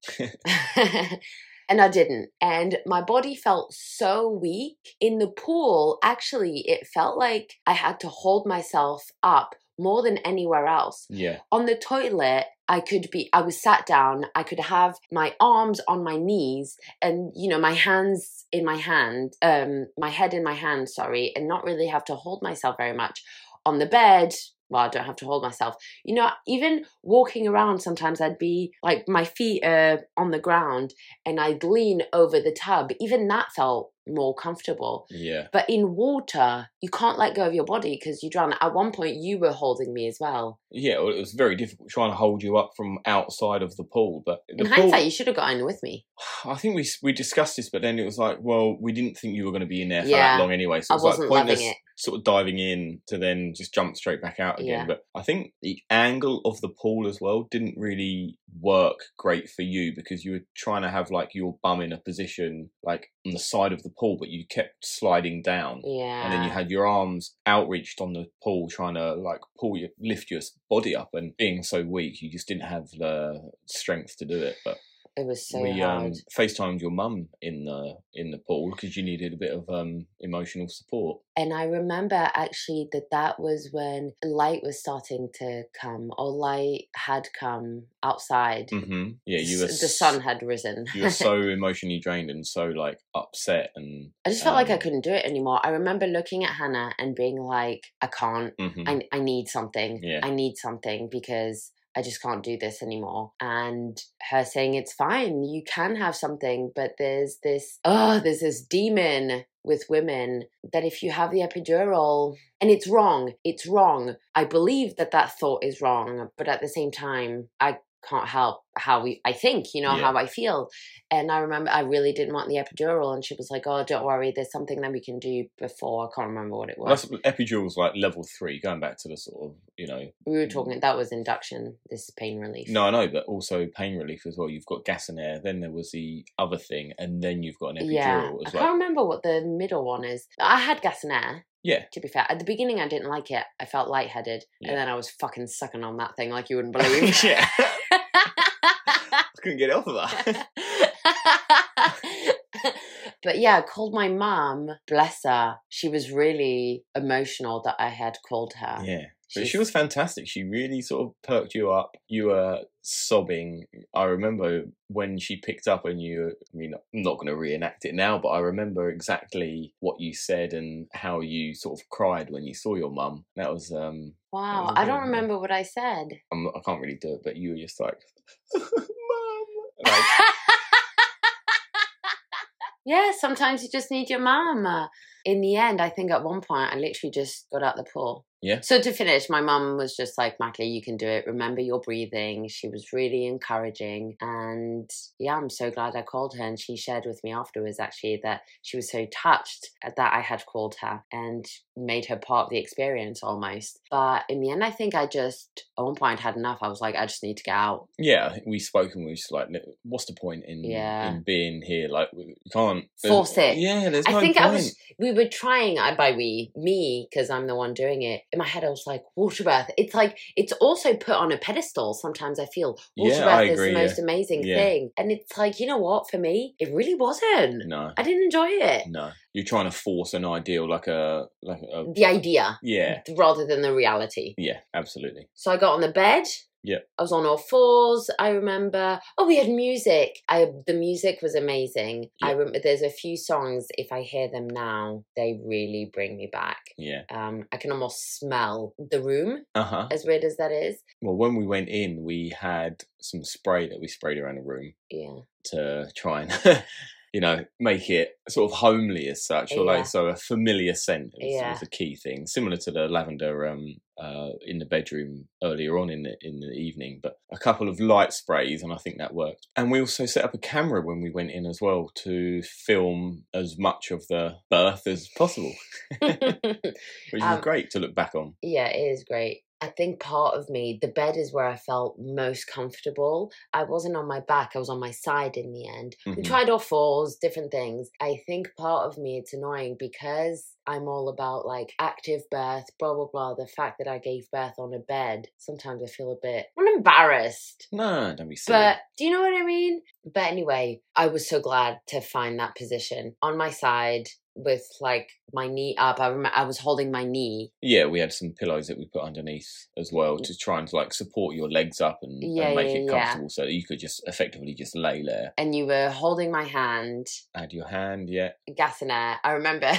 Speaker 1: and I didn't. And my body felt so weak in the pool. Actually, it felt like I had to hold myself up more than anywhere else.
Speaker 2: Yeah,
Speaker 1: On the toilet, I could be, I was sat down, I could have my arms on my knees and, you know, my hands in my hand, um, my head in my hand, sorry, and not really have to hold myself very much. On the bed, well, I don't have to hold myself. You know, even walking around, sometimes I'd be like my feet are on the ground and I'd lean over the tub. Even that felt more comfortable.
Speaker 2: yeah,
Speaker 1: But in water, you can't let go of your body because you drown. At one point, you were holding me as well.
Speaker 2: yeah. Well, it was very difficult trying to hold you up from outside of the pool. But the
Speaker 1: In
Speaker 2: pool,
Speaker 1: hindsight, you should have got in with me.
Speaker 2: I think we we discussed this, but then it was like, well, we didn't think you were going to be in there for
Speaker 1: Yeah.
Speaker 2: that long anyway, so
Speaker 1: I
Speaker 2: it was
Speaker 1: wasn't
Speaker 2: like
Speaker 1: loving
Speaker 2: pointless
Speaker 1: it.
Speaker 2: sort of diving in to then just jump straight back out again.
Speaker 1: Yeah.
Speaker 2: But I think the angle of the pool as well didn't really work great for you because you were trying to have like your bum in a position like on the side of the pool, but you kept sliding down.
Speaker 1: Yeah.
Speaker 2: And then you had your arms outreached on the pool, trying to like pull your lift your body up, and being so weak, you just didn't have the strength to do it. But
Speaker 1: It was so
Speaker 2: we
Speaker 1: hard.
Speaker 2: um, FaceTimed your mum in the in the pool because you needed a bit of um, emotional support.
Speaker 1: And I remember actually that that was when light was starting to come, or light had come outside.
Speaker 2: hmm Yeah, you were
Speaker 1: S- the
Speaker 2: s-
Speaker 1: sun had risen.
Speaker 2: you were so emotionally drained and so like upset and
Speaker 1: I just felt like I
Speaker 2: um,
Speaker 1: couldn't do it anymore. I remember looking at Hannah and being like, I can't.
Speaker 2: mhm.
Speaker 1: I, I need something.
Speaker 2: Yeah.
Speaker 1: I need something because I just can't do this anymore. And her saying, it's fine, you can have something, but there's this, oh, there's this demon with women that if you have the epidural, and it's wrong, it's wrong. I believe that that thought is wrong, but at the same time, I can't help how we, I think, you know,
Speaker 2: Yeah.
Speaker 1: how I feel. And I remember I really didn't want the epidural. And she was like, oh, don't worry, there's something that we can do before. I can't remember what it was.
Speaker 2: Well, that's epidurals like level three. Going back to the sort of you know
Speaker 1: We were talking that was induction. This is pain relief.
Speaker 2: Mm. no, I know, but also pain relief as well. You've got gas and air. Then there was the other thing, and then you've got an epidural
Speaker 1: yeah, I
Speaker 2: as
Speaker 1: can't
Speaker 2: well.
Speaker 1: remember what the middle one is. I had gas and air.
Speaker 2: Yeah.
Speaker 1: To be fair, at the beginning I didn't like it. I felt lightheaded,
Speaker 2: Yeah.
Speaker 1: and then I was fucking sucking on that thing like you wouldn't believe.
Speaker 2: yeah, I couldn't get off of that.
Speaker 1: but yeah, I called my mum. Bless her. She was really emotional that I had called her.
Speaker 2: yeah. But
Speaker 1: She's-
Speaker 2: she was fantastic. She really sort of perked you up. You were sobbing. I remember when she picked up and you, I mean, I'm not going to reenact it now, but I remember exactly what you said and how you sort of cried when you saw your mum. That was, um,
Speaker 1: Wow.
Speaker 2: was
Speaker 1: I don't
Speaker 2: really-
Speaker 1: remember what I said.
Speaker 2: I'm, I can't really do it, but you were just like, mum. Like,
Speaker 1: Yeah, sometimes you just need your mum. Uh, In the end, I think at one point I literally just got out the pool.
Speaker 2: Yeah.
Speaker 1: So to finish, my mum was just like, Matley, you can do it. Remember your breathing. She was really encouraging. And yeah, I'm so glad I called her. And she shared with me afterwards, actually, that she was so touched that I had called her and made her part of the experience almost. But in the end, I think I just, at one point, had enough. I was like, I just need to get out.
Speaker 2: Yeah, I think we spoke and we were just like, "Look, what's the point in
Speaker 1: Yeah.
Speaker 2: in being here? Like, we you can't there's-
Speaker 1: Force it.
Speaker 2: Yeah, there's
Speaker 1: I
Speaker 2: no
Speaker 1: think
Speaker 2: point.
Speaker 1: I was. We were trying. I by we me because I'm the one doing it. In my head, I was like water birth. It's like it's also put on a pedestal. Sometimes I feel water
Speaker 2: Yeah,
Speaker 1: birth
Speaker 2: I
Speaker 1: is
Speaker 2: agree,
Speaker 1: the
Speaker 2: yeah.
Speaker 1: most amazing
Speaker 2: Yeah.
Speaker 1: thing, and it's like you know what? For me, it really wasn't.
Speaker 2: No,
Speaker 1: I didn't enjoy it.
Speaker 2: no. You're trying to force an ideal, like a like a
Speaker 1: The idea
Speaker 2: Mm. yeah,
Speaker 1: rather than the reality.
Speaker 2: yeah, absolutely.
Speaker 1: So I got on the bed.
Speaker 2: Yeah.
Speaker 1: I was on all fours. I remember. Oh, we had music. I the music was amazing. I
Speaker 2: Yeah.
Speaker 1: remember. There's a few songs. If I hear them now, they really bring me back.
Speaker 2: Yeah.
Speaker 1: um, I can almost smell the room,
Speaker 2: Uh huh.
Speaker 1: as weird as that is.
Speaker 2: Well, when we went in, we had some spray that we sprayed around the room
Speaker 1: Yeah.
Speaker 2: to try and. You know, make it sort of homely as such, or
Speaker 1: Yeah.
Speaker 2: like so a familiar scent was,
Speaker 1: Yeah.
Speaker 2: was a key thing, similar to the lavender um, uh, in the bedroom earlier on in the in the evening. But a couple of light sprays, and I think that worked. And we also set up a camera when we went in as well to film as much of the birth as possible, which
Speaker 1: Um,
Speaker 2: was great to look back on.
Speaker 1: yeah, it is great. I think part of me, the bed is where I felt most comfortable. I wasn't on my back, I was on my side in the end. We
Speaker 2: Mhm.
Speaker 1: tried all fours, different things. I think part of me, it's annoying because I'm all about like active birth, blah, blah, blah. The fact that I gave birth on a bed, sometimes I feel a bit, I'm embarrassed.
Speaker 2: No, don't be silly.
Speaker 1: But do you know what I mean? But anyway, I was so glad to find that position on my side with like my knee up. I remember I was holding my knee.
Speaker 2: yeah, we had some pillows that we put underneath as well to try and like support your legs up and, and
Speaker 1: Yeah,
Speaker 2: make
Speaker 1: yeah,
Speaker 2: it
Speaker 1: yeah.
Speaker 2: comfortable so that you could just effectively just lay there.
Speaker 1: And you were holding my hand,
Speaker 2: Add your hand, yeah.
Speaker 1: gassing air. I remember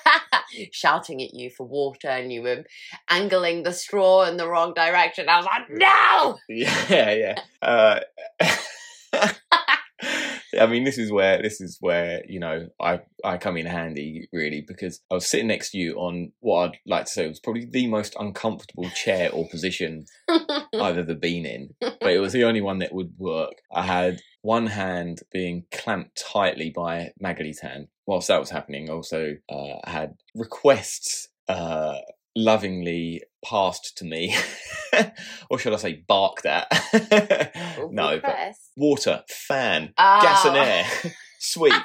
Speaker 1: shouting at you for water, and you were angling the straw in the wrong direction. I was like, "No!"
Speaker 2: Yeah, yeah. Uh, I mean, this is where this is where you know I I come in handy really because I was sitting next to you on what I'd like to say was probably the most uncomfortable chair or position I've ever been in, but it was the only one that would work. I had one hand being clamped tightly by Magalie's hand. Whilst that was happening, I also uh, had requests uh, lovingly passed to me, or should I say, barked at? no, but
Speaker 1: Request.
Speaker 2: water, fan,
Speaker 1: Oh.
Speaker 2: gas and air, sweets,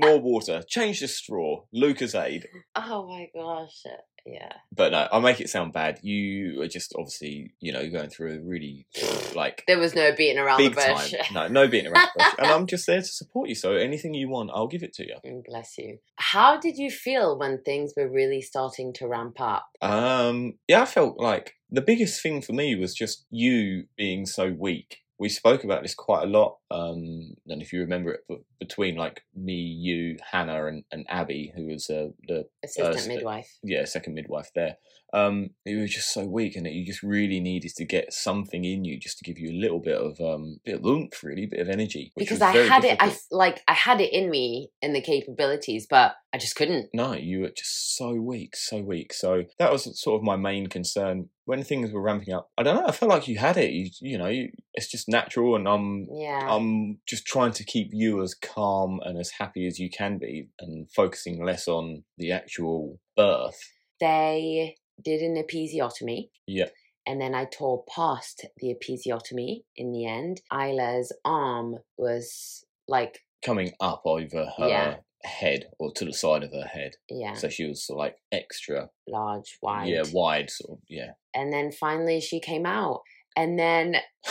Speaker 2: more water, change the straw, Lucas Aid.
Speaker 1: Oh my gosh! Yeah.
Speaker 2: But no, I make it sound bad. You are just obviously, you know, going through a really like
Speaker 1: There was no beating around
Speaker 2: big
Speaker 1: the bush.
Speaker 2: time. No, no beating around the bush. And I'm just there to support you. So anything you want, I'll give it to you.
Speaker 1: Mm, Bless you. How did you feel when things were really starting to ramp up?
Speaker 2: Um, yeah, I felt like the biggest thing for me was just you being so weak. We spoke about this quite a lot, um, and if you remember it, but between like me, you, Hannah, and, and Abby, who was uh, the
Speaker 1: Assistant
Speaker 2: so-
Speaker 1: midwife.
Speaker 2: yeah second midwife there, um, you were just so weak, and that you just really needed to get something in you just to give you a little bit of um, bit of oomph, really, bit of energy. which
Speaker 1: Because
Speaker 2: was
Speaker 1: I
Speaker 2: very
Speaker 1: had it, I
Speaker 2: difficult.
Speaker 1: f- like I had it in me and the capabilities, but I just couldn't.
Speaker 2: no, you were just so weak, so weak. So that was sort of my main concern when things were ramping up. I don't know. I felt like you had it. You, you know, you, it's just natural, and I'm,
Speaker 1: Yeah.
Speaker 2: I'm just trying to keep you as calm and as happy as you can be, and focusing less on the actual birth.
Speaker 1: they did an episiotomy.
Speaker 2: Yeah.
Speaker 1: And then I tore past the episiotomy in the end. Isla's arm was like,
Speaker 2: Coming up over her
Speaker 1: Yeah.
Speaker 2: head or to the side of her head,
Speaker 1: yeah,
Speaker 2: so she was like extra,
Speaker 1: large, wide.
Speaker 2: yeah, wide, sort of, yeah.
Speaker 1: And then finally she came out. And then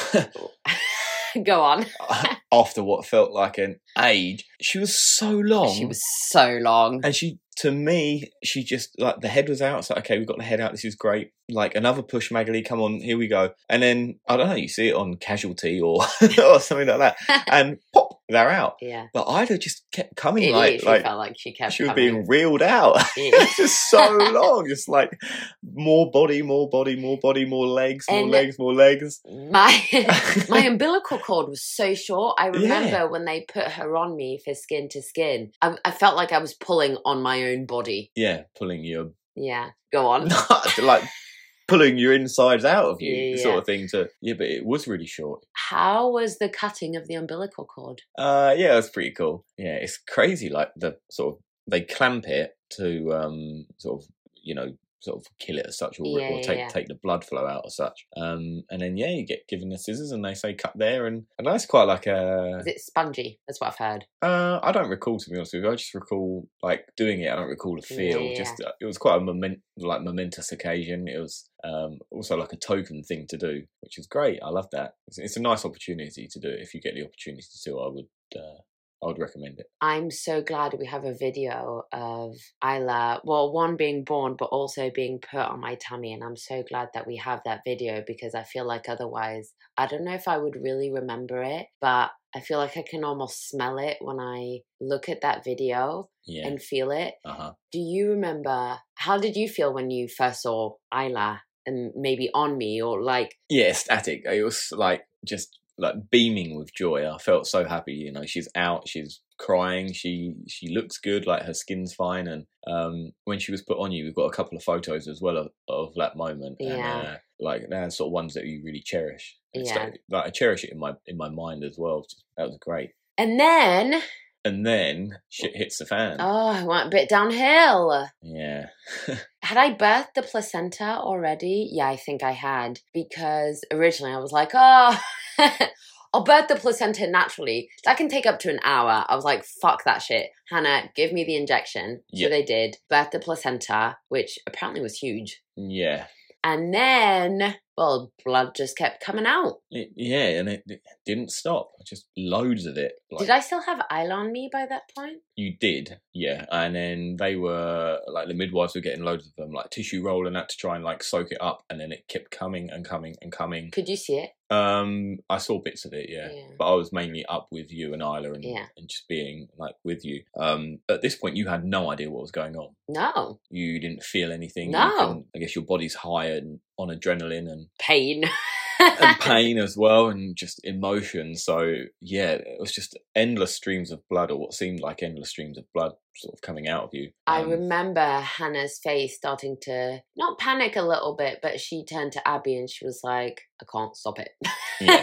Speaker 1: go on.
Speaker 2: After what felt like an age, she was so long.
Speaker 1: She was so long.
Speaker 2: And she, to me, she just like the head was out. It's like, okay, we've got the head out. This is great. like another push, Magali, come on, here we go. And then I don't know, you see it on Casualty or or something like that, and pop, they're out.
Speaker 1: Yeah.
Speaker 2: But Ida just kept coming,
Speaker 1: It
Speaker 2: like
Speaker 1: literally
Speaker 2: like
Speaker 1: felt like she kept
Speaker 2: she was
Speaker 1: coming.
Speaker 2: being reeled out.
Speaker 1: Yeah.
Speaker 2: It's just so long, just like more body, more body, more body, more legs, more
Speaker 1: And-
Speaker 2: legs, more legs.
Speaker 1: my my umbilical cord was so short. I remember when they put her on me for skin to skin. I, I felt like I was pulling on my own body.
Speaker 2: yeah, pulling your
Speaker 1: Yeah, go on.
Speaker 2: like pulling your insides out of you,
Speaker 1: Yeah,
Speaker 2: sort
Speaker 1: yeah.
Speaker 2: of thing. To yeah, but it was really short.
Speaker 1: How was the cutting of the umbilical cord?
Speaker 2: Uh, yeah, that's pretty cool. Yeah, it's crazy. Like the sort of they clamp it to um sort of you know sort of kill it as such, or,
Speaker 1: Yeah,
Speaker 2: or
Speaker 1: yeah,
Speaker 2: take
Speaker 1: yeah.
Speaker 2: take the blood flow out or such. Um, and then yeah, you get given the scissors, and they say cut there, and and that's quite like a.
Speaker 1: Is it spongy? That's what I've heard.
Speaker 2: Uh, I don't recall to be honest with you. I just recall like doing it. I don't recall the
Speaker 1: Yeah,
Speaker 2: feel.
Speaker 1: yeah,
Speaker 2: Just uh, it was quite a moment, like momentous occasion. It was um also like a token thing to do, which is great. I love that. It's, it's a nice opportunity to do it if you get the opportunity to. I would uh, I would recommend it.
Speaker 1: I'm so glad we have a video of Isla, well, one being born, but also being put on my tummy. And I'm so glad that we have that video because I feel like otherwise, I don't know if I would really remember it, but I feel like I can almost smell it when I look at that video
Speaker 2: Yeah.
Speaker 1: and feel it.
Speaker 2: Uh huh.
Speaker 1: Do you remember how did you feel when you first saw Isla and maybe on me or like,
Speaker 2: Yeah, ecstatic. It was like just like beaming with joy. I felt so happy. You know, she's out. She's crying. She she looks good. Like her skin's fine. And um, when she was put on you, we've got a couple of photos as well of, of that moment. And,
Speaker 1: Yeah.
Speaker 2: uh, like they're sort of ones that you really cherish. It's
Speaker 1: Yeah.
Speaker 2: Like, like, I cherish it in my in my mind as well. Just- That was great.
Speaker 1: and then,
Speaker 2: And then shit hits the fan.
Speaker 1: oh, I went a bit downhill.
Speaker 2: Yeah.
Speaker 1: Had I birthed the placenta already? Yeah, I think I had because originally I was like, oh, I'll birth the placenta naturally. That can take up to an hour. I was like, fuck that shit. Hannah, give me the injection.
Speaker 2: Yeah.
Speaker 1: So they did. Birth the placenta, which apparently was huge.
Speaker 2: Yeah.
Speaker 1: And then, well, blood just kept coming out.
Speaker 2: It, yeah, and it, it didn't stop. Just loads of it. Like,
Speaker 1: did I still have Isla on me by that point?
Speaker 2: You did, yeah. And then they were like the midwives were getting loads of them, like tissue roll and that to try and like soak it up, and then it kept coming and coming and coming.
Speaker 1: Could you see it?
Speaker 2: Um, I saw bits of it, yeah.
Speaker 1: Yeah.
Speaker 2: But I was mainly up with you and Isla and,
Speaker 1: Yeah.
Speaker 2: and just being like with you. Um, at this point, you had no idea what was going on.
Speaker 1: No.
Speaker 2: You didn't feel anything. you
Speaker 1: No.
Speaker 2: couldn't- I guess your body's high and on adrenaline and
Speaker 1: Pain.
Speaker 2: and pain as well and just emotion so yeah it was just endless streams of blood or what seemed like endless streams of blood sort of coming out of you
Speaker 1: I
Speaker 2: Um,
Speaker 1: remember Hannah's face starting to not panic a little bit, but she turned to Abby and she was like, I can't stop it.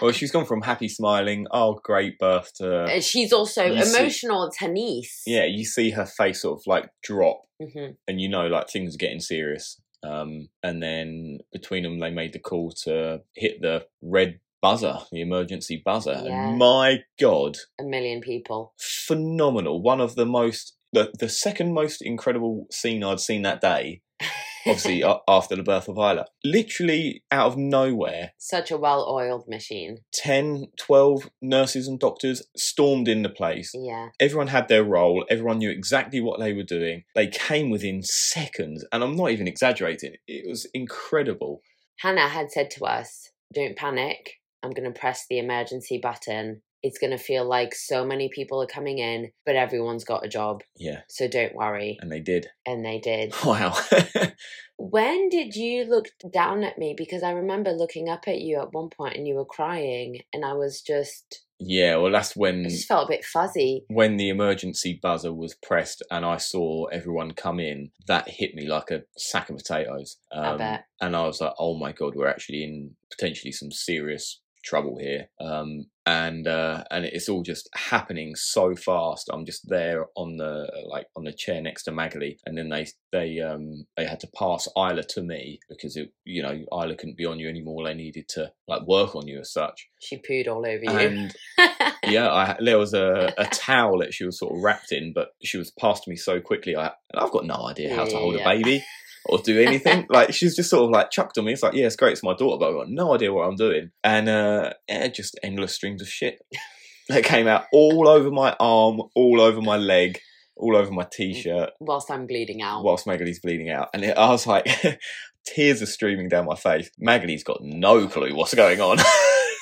Speaker 2: well she's gone from happy smiling oh great birth to
Speaker 1: And She's also
Speaker 2: You see-
Speaker 1: emotional. It's her niece.
Speaker 2: yeah you see her face sort of like drop
Speaker 1: Mhm.
Speaker 2: and you know like things are getting serious um and then between them they made the call to hit the red buzzer the emergency buzzer
Speaker 1: Yeah.
Speaker 2: and my god
Speaker 1: A million people.
Speaker 2: phenomenal. One of the most, the, the second most incredible scene I'd seen that day, obviously a- after the birth of Isla. Literally out of nowhere,
Speaker 1: Such a well oiled machine.
Speaker 2: 10, 12 nurses and doctors stormed in the place.
Speaker 1: Yeah.
Speaker 2: Everyone had their role, everyone knew exactly what they were doing. They came within seconds, and I'm not even exaggerating. It was incredible.
Speaker 1: Hannah had said to us, Don't panic. I'm going to press the emergency button. It's going to feel like so many people are coming in, but everyone's got a job.
Speaker 2: Yeah,
Speaker 1: So don't worry.
Speaker 2: and they did.
Speaker 1: And they did.
Speaker 2: Wow.
Speaker 1: When did you look down at me? Because I remember looking up at you at one point and you were crying, and I was just,
Speaker 2: yeah, well, that's when.
Speaker 1: I just felt a bit fuzzy.
Speaker 2: when the emergency buzzer was pressed and I saw everyone come in, that hit me like a sack of potatoes. Um,
Speaker 1: I bet.
Speaker 2: And I was like, oh my God, we're actually in potentially some serious trouble here. Um, and uh, and it's all just happening so fast. I'm just there on the like on the chair next to Magali, and then they they um they had to pass Isla to me because it you know Isla couldn't be on you anymore. They needed to like work on you as such.
Speaker 1: She pooed all over you.
Speaker 2: And yeah, I, there was a, a towel that she was sort of wrapped in, but she was past me so quickly. I, and I've got no idea how to
Speaker 1: Yeah,
Speaker 2: hold
Speaker 1: yeah.
Speaker 2: a baby or do anything. like she's just sort of like chucked on me. It's like, yeah, it's great, it's my daughter, but I've got no idea what I'm doing. And uh, yeah, just endless streams of shit that came out all over my arm, all over my leg, all over my t-shirt
Speaker 1: Whilst I'm bleeding out.
Speaker 2: whilst Magali's bleeding out. And it, I was like, Tears are streaming down my face. Maggie's got no clue what's going on.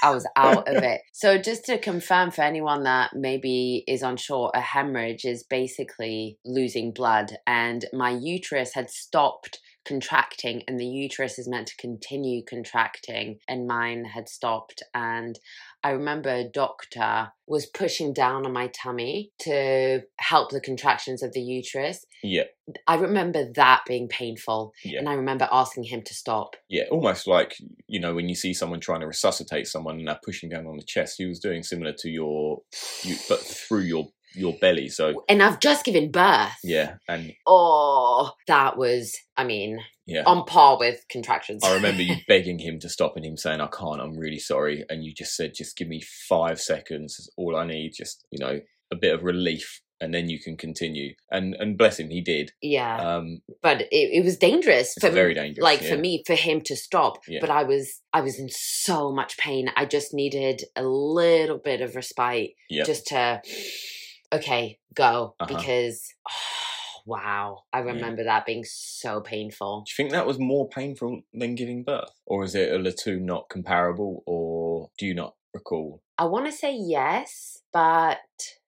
Speaker 1: I was out of it. So, just to confirm for anyone that maybe is unsure, a hemorrhage is basically losing blood, and my uterus had stopped contracting, and the uterus is meant to continue contracting, and mine had stopped. And I remember a doctor was pushing down on my tummy to help the contractions of the uterus.
Speaker 2: yeah,
Speaker 1: I remember that being painful,
Speaker 2: Yeah.
Speaker 1: and I remember asking him to stop.
Speaker 2: yeah, almost like you know when you see someone trying to resuscitate someone and they're pushing down on the chest. He was doing similar to your, you, but through your your belly. So
Speaker 1: And I've just given birth.
Speaker 2: yeah, and
Speaker 1: oh, that was, I mean,
Speaker 2: yeah.
Speaker 1: on par with contractions.
Speaker 2: I remember you begging him to stop and him saying, I can't, I'm really sorry. And you just said, just give me five seconds. It's all I need. Just, you know, a bit of relief and then you can continue. And and bless him, he did.
Speaker 1: yeah,
Speaker 2: Um,
Speaker 1: but it, it was dangerous
Speaker 2: it's
Speaker 1: for
Speaker 2: very
Speaker 1: me.
Speaker 2: dangerous.
Speaker 1: Like
Speaker 2: yeah.
Speaker 1: for me, for him to stop,
Speaker 2: Yeah.
Speaker 1: but I was I was in so much pain. I just needed a little bit of respite,
Speaker 2: Yeah.
Speaker 1: just to okay, go
Speaker 2: Uh-huh.
Speaker 1: because oh, wow, I remember that being so painful.
Speaker 2: Do you think that was more painful than giving birth? Or is it are the two not comparable? Or do you not recall?
Speaker 1: I want to say yes, but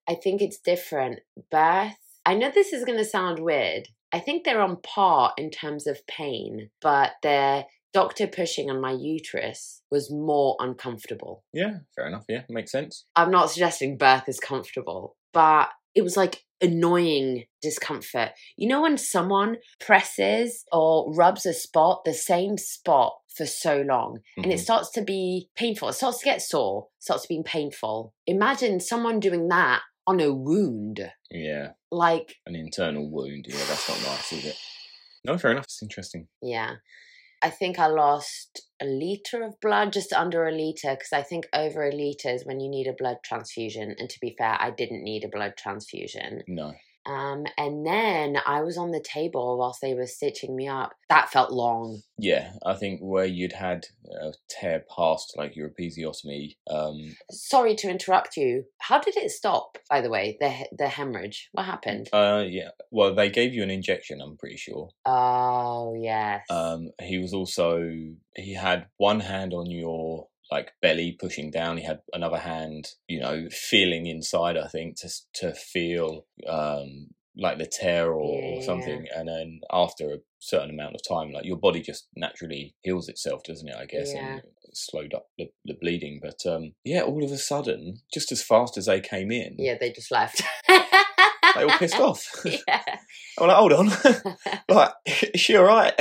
Speaker 1: I think it's different. Birth, I know this is going to sound weird. I think they're on par in terms of pain, but their doctor pushing on my uterus was more uncomfortable.
Speaker 2: Yeah, fair enough. Yeah, makes sense.
Speaker 1: I'm not suggesting birth is comfortable, but it was like annoying discomfort. You know, when someone presses or rubs a spot, the same spot for so long, and it
Speaker 2: Mhm.
Speaker 1: starts to be painful. It starts to get sore, starts to be painful. Imagine someone doing that on a wound.
Speaker 2: Yeah,
Speaker 1: Like,
Speaker 2: an internal wound. Yeah, that's not nice, is it? No, fair enough. It's interesting.
Speaker 1: yeah. I think I lost a liter of blood, just under a liter, because I think over a liter is when you need a blood transfusion. And to be fair, I didn't need a blood transfusion.
Speaker 2: No.
Speaker 1: Um, and then I was on the table whilst they were stitching me up. That felt long.
Speaker 2: Yeah, I think where you'd had a tear past like your episiotomy, um,
Speaker 1: Sorry to interrupt you. How did it stop? By the way, the he- the hemorrhage. What happened?
Speaker 2: uh, yeah, well, they gave you an injection, I'm pretty sure.
Speaker 1: Oh yes.
Speaker 2: Um, he was also, he had one hand on your like belly pushing down, he had another hand, you know, feeling inside, I think, to, s- to feel, um, like the tear or,
Speaker 1: Yeah, yeah.
Speaker 2: or something. And then after a certain amount of time, like your body just naturally heals itself, doesn't it? I guess.
Speaker 1: Yeah.
Speaker 2: And slowed up the, the bleeding. But um, yeah, all of a sudden, just as fast as they came in,
Speaker 1: yeah, they just left.
Speaker 2: they all pissed off.
Speaker 1: Yeah.
Speaker 2: I'm like, hold on. like, is she all right?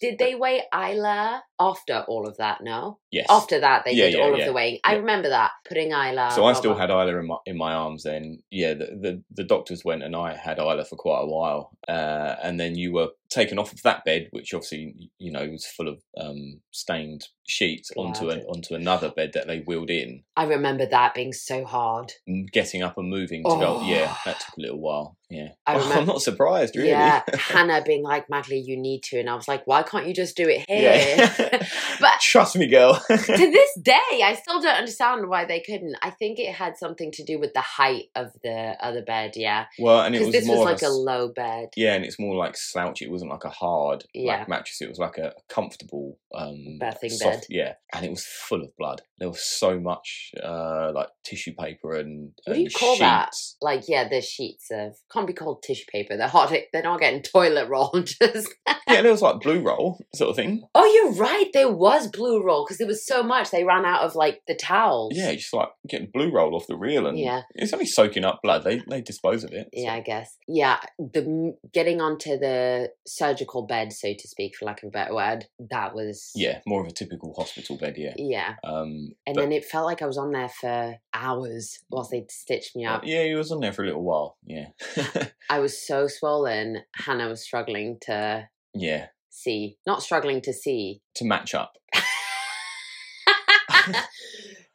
Speaker 1: Did they weigh Isla after all of that? No.
Speaker 2: yes.
Speaker 1: After that, they
Speaker 2: Yeah,
Speaker 1: did
Speaker 2: yeah,
Speaker 1: all
Speaker 2: yeah.
Speaker 1: of the weighing. I
Speaker 2: Yeah.
Speaker 1: remember that putting Isla.
Speaker 2: so
Speaker 1: blah,
Speaker 2: I still
Speaker 1: blah.
Speaker 2: had Isla in my, in my arms then. Yeah, the, the, the doctors went and I had Isla for quite a while. Uh, and then you were taken off of that bed, which obviously, you know, was full of um, stained sheets onto, an,
Speaker 1: Blood.
Speaker 2: onto another bed that they wheeled in.
Speaker 1: I remember that being so hard.
Speaker 2: M- Getting up and moving to go,
Speaker 1: Oh.
Speaker 2: yeah, that took a little while. Yeah.
Speaker 1: I
Speaker 2: I'm
Speaker 1: remem-
Speaker 2: not surprised, really.
Speaker 1: Yeah, Hannah being like, Magley, you need to. And I was like, why can't you just do it here?
Speaker 2: Yeah.
Speaker 1: eh. But-
Speaker 2: Trust me, girl.
Speaker 1: to this day, I still don't understand why they couldn't. I think it had something to do with the height of the other bed, yeah.
Speaker 2: well, and it
Speaker 1: Because
Speaker 2: was
Speaker 1: this
Speaker 2: more
Speaker 1: was
Speaker 2: of
Speaker 1: like a,
Speaker 2: s-
Speaker 1: low bed.
Speaker 2: Yeah, and it's more like slouchy. It wasn't like a hard
Speaker 1: Yeah.
Speaker 2: like mattress. It was like a comfortable um,
Speaker 1: Birthing bed.
Speaker 2: Yeah, and it was full of blood. There was so much uh, like tissue paper and
Speaker 1: What do you
Speaker 2: and
Speaker 1: call that?
Speaker 2: sheets.
Speaker 1: Like, yeah, the sheets of can't be called tissue paper. They're hot. They're not getting toilet roll. Just
Speaker 2: yeah, there was like blue roll sort of thing.
Speaker 1: oh, you're right. There was blue roll because there was so much. They ran out of like the towels.
Speaker 2: Yeah, just like getting blue roll off the reel, and
Speaker 1: Yeah.
Speaker 2: it's only soaking up blood. They they dispose of it. so-
Speaker 1: Yeah, I guess. Yeah, the m- getting onto the surgical bed, so to speak, for lack of a better word, that was
Speaker 2: yeah, more of a typical hospital bed. Yeah,
Speaker 1: yeah.
Speaker 2: um,
Speaker 1: And
Speaker 2: but-
Speaker 1: then it felt like I was on there for hours whilst they stitched me up.
Speaker 2: yeah, it was on there for a little while. Yeah,
Speaker 1: I was so swollen. Hannah was struggling to
Speaker 2: yeah,
Speaker 1: see, not struggling to see.
Speaker 2: to match up.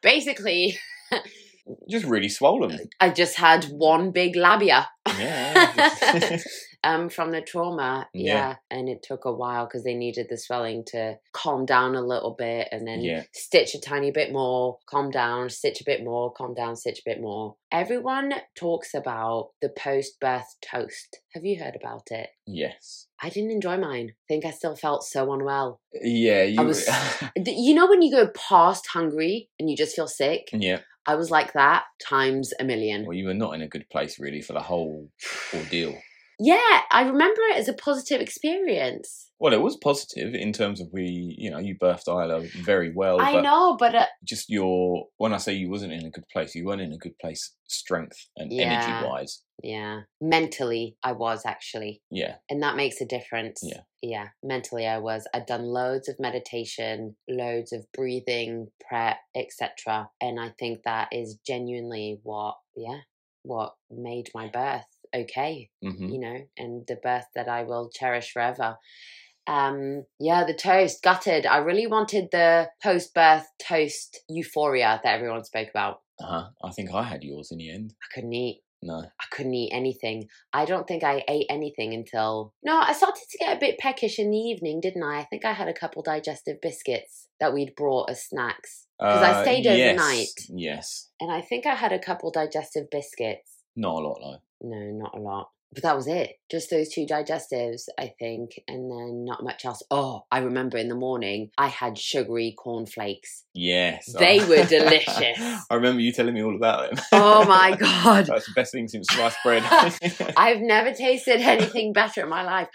Speaker 1: Basically,
Speaker 2: Just really swollen.
Speaker 1: I just had one big labia.
Speaker 2: Yeah.
Speaker 1: um, from the trauma.
Speaker 2: Yeah.
Speaker 1: And it took a while because they needed the swelling to calm down a little bit and then
Speaker 2: Yeah.
Speaker 1: stitch a tiny bit more, calm down, stitch a bit more, calm down, stitch a bit more. Everyone talks about the post birth toast. Have you heard about it?
Speaker 2: Yes.
Speaker 1: I didn't enjoy mine. I think I still felt so unwell.
Speaker 2: Yeah. You.
Speaker 1: was- D- You know, when you go past hungry and you just feel sick?
Speaker 2: yeah.
Speaker 1: I was like that times a million.
Speaker 2: Well, you were not in a good place really for the whole ordeal.
Speaker 1: Yeah, I remember it as a positive experience.
Speaker 2: Well, it was positive in terms of we, you know, you birthed Isla very well.
Speaker 1: I
Speaker 2: Oh, but
Speaker 1: know, but uh,
Speaker 2: Just your, when I say you wasn't in a good place, you weren't in a good place, strength and
Speaker 1: Yeah.
Speaker 2: energy wise.
Speaker 1: yeah, mentally I was actually,
Speaker 2: Yeah.
Speaker 1: and that makes a difference.
Speaker 2: Yeah.
Speaker 1: Yeah, mentally I was. I'd done loads of meditation, loads of breathing, prep, etc. And I think that is genuinely what, yeah, what made my birth okay.
Speaker 2: hmm
Speaker 1: you know, and the birth that I will cherish forever. Um, yeah, the toast, gutted. I really wanted the post birth toast euphoria that everyone spoke about.
Speaker 2: Uh-huh. I think I had yours in the end.
Speaker 1: I couldn't eat.
Speaker 2: No.
Speaker 1: I couldn't eat anything. I don't think I ate anything until. No, I started to get a bit peckish in the evening, didn't I? I think I had a couple digestive biscuits that we'd brought as snacks. 'Cause I stayed
Speaker 2: Uh, yes,
Speaker 1: overnight.
Speaker 2: Yes.
Speaker 1: And I think I had a couple digestive biscuits.
Speaker 2: Not a lot though.
Speaker 1: No, not a lot. But that was it. Just those two digestives, I think, and then not much else. Oh, I remember in the morning I had sugary cornflakes.
Speaker 2: Yes.
Speaker 1: They were delicious.
Speaker 2: I remember you telling me all about them.
Speaker 1: Oh my God.
Speaker 2: That's the best thing since sliced bread.
Speaker 1: I've never tasted anything better in my life.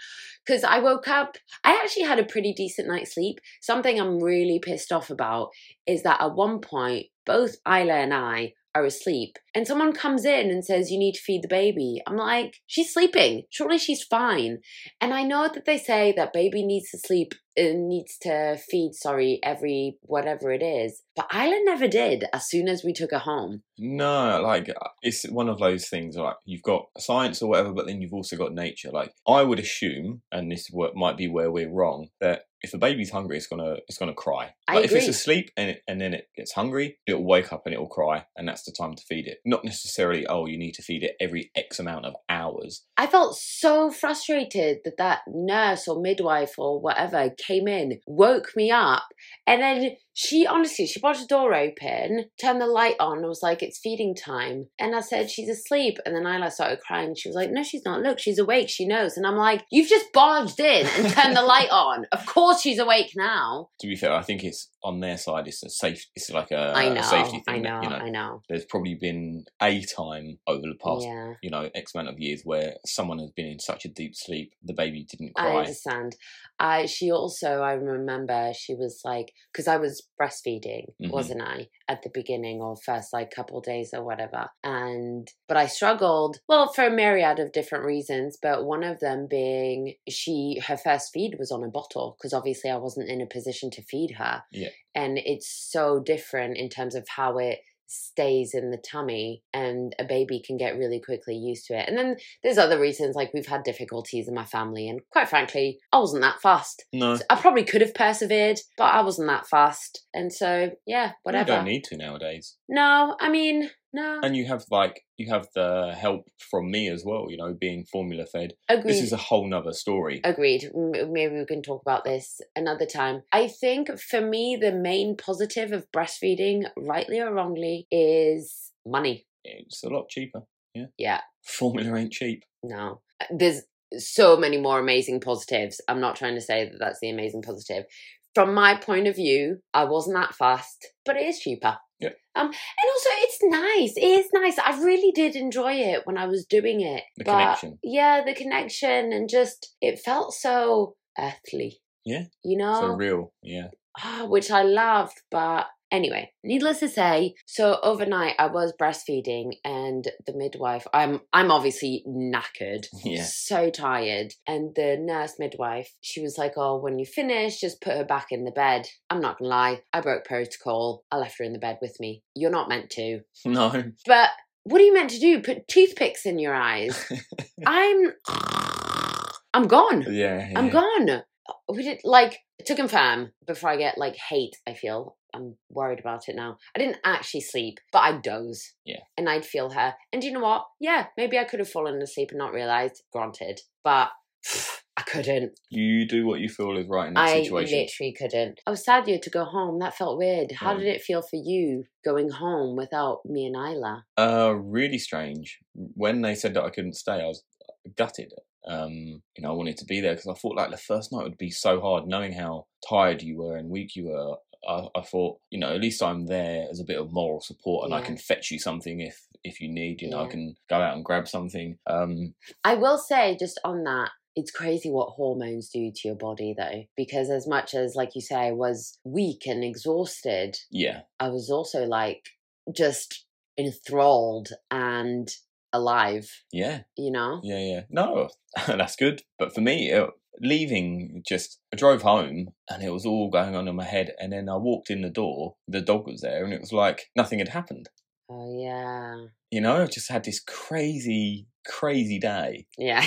Speaker 1: Because I woke up, I actually had a pretty decent night's sleep. Something I'm really pissed off about is that at one point, both Isla and I are asleep, and someone comes in and says, You need to feed the baby. I'm like, She's sleeping. Surely she's fine. And I know that they say that baby needs to sleep, uh, needs to feed, sorry, every whatever it is. But Isla never did as soon as we took her home.
Speaker 2: No, like uh, it's one of those things. Like you've got science or whatever, but then you've also got nature. Like I would assume, and this what might be where we're wrong, that if a baby's hungry, it's gonna it's gonna cry.
Speaker 1: I
Speaker 2: Like, If it's
Speaker 1: agree.
Speaker 2: asleep and it, and then it gets hungry, it'll wake up and it'll cry, and that's the time to feed it. Not necessarily. Oh, you need to feed it every X amount of hours.
Speaker 1: I felt so frustrated that that nurse or midwife or whatever came in, woke me up, and then she honestly, she barged the door open, turned the light on, and was like, "It's feeding time." And I said, "She's asleep." And then Isla started crying. She was like, "No, she's not. Look, she's awake. She knows." And I'm like, "You've just barged in and turned the light on. Of course she's awake now."
Speaker 2: To be fair, I think it's on their side. It's a safe. It's like a,
Speaker 1: I
Speaker 2: a
Speaker 1: know,
Speaker 2: safety thing.
Speaker 1: I know,
Speaker 2: that, Uh, you know,
Speaker 1: I know.
Speaker 2: there's probably been a time over the past
Speaker 1: Yeah.
Speaker 2: you know, X amount of years where someone has been in such a deep sleep, the baby didn't
Speaker 1: I
Speaker 2: cry.
Speaker 1: understand. I she also I remember she was like because I was breastfeeding,
Speaker 2: Mhm.
Speaker 1: wasn't I, at the beginning or first like couple days or whatever, and but I struggled well for a myriad of different reasons, but one of them being she her first feed was on a bottle because obviously I wasn't in a position to feed her,
Speaker 2: Yeah.
Speaker 1: and it's so different in terms of how it stays in the tummy and a baby can get really quickly used to it and then there's other reasons like we've had difficulties in my family and quite frankly i wasn't that fast
Speaker 2: No,
Speaker 1: i probably could have persevered but i wasn't that fast and so yeah
Speaker 2: you
Speaker 1: whatever
Speaker 2: don't need to nowadays.
Speaker 1: no i mean no
Speaker 2: And you have like you have the help from me as well. You know, being formula fed.
Speaker 1: agreed
Speaker 2: This is a whole nother story.
Speaker 1: Agreed. M- Maybe we can talk about this another time. I think for me, the main positive of breastfeeding, rightly or wrongly, is money.
Speaker 2: It's a lot cheaper. Yeah.
Speaker 1: Yeah.
Speaker 2: Formula ain't cheap.
Speaker 1: No, there's so many more amazing positives. I'm not trying to say that that's the amazing positive. From my point of view, I wasn't that fast, but it is cheaper.
Speaker 2: Yeah.
Speaker 1: Um, and also it's nice. It is nice. I really did enjoy it when I was doing it.
Speaker 2: The connection.
Speaker 1: Yeah, the connection and just it felt so earthly.
Speaker 2: Yeah.
Speaker 1: You know?
Speaker 2: So real. Yeah.
Speaker 1: Ah, which I loved, but anyway, needless to say, so overnight I was breastfeeding and the midwife I'm I'm obviously knackered.
Speaker 2: Yeah.
Speaker 1: So tired. And the nurse midwife, she was like, Oh, when you finish, just put her back in the bed. I'm not gonna lie, I broke protocol. I left her in the bed with me. You're not meant to.
Speaker 2: No.
Speaker 1: But what are you meant to do? Put toothpicks in your eyes. I'm I'm gone. Uh,
Speaker 2: Yeah.
Speaker 1: I'm
Speaker 2: yeah.
Speaker 1: gone. We did like to confirm before I get like hate. I feel I'm worried about it now. I didn't actually sleep, but I'd doze.
Speaker 2: Yeah.
Speaker 1: And I'd feel her. And do you know what? Yeah, maybe I could have fallen asleep and not realized, granted, but I couldn't.
Speaker 2: You do what you feel is right in that
Speaker 1: I
Speaker 2: situation.
Speaker 1: literally couldn't. I was sad you had to go home. That felt weird. How
Speaker 2: Mm.
Speaker 1: did it feel for you going home without me and Isla?
Speaker 2: Uh, really strange. When they said that I couldn't stay, I was gutted. Um, you know, I wanted to be there because I thought like the first night would be so hard, knowing how tired you were and weak you were. I, I thought, you know, at least I'm there as a bit of moral support, and I
Speaker 1: Yeah.
Speaker 2: can fetch you something if if you need. You know, I
Speaker 1: Yeah.
Speaker 2: can go out and grab something. Um,
Speaker 1: I will say, just on that, it's crazy what hormones do to your body, though, because as much as, like you say, I was weak and exhausted,
Speaker 2: yeah,
Speaker 1: I was also like just enthralled and alive,
Speaker 2: yeah.
Speaker 1: you know?
Speaker 2: Yeah, yeah. No, that's good. But for me, it, leaving just, I drove home and it was all going on in my head. And then I walked in the door, the dog was there, and it was like nothing had happened.
Speaker 1: Oh, yeah.
Speaker 2: You know, I just had this crazy, crazy day.
Speaker 1: Yeah.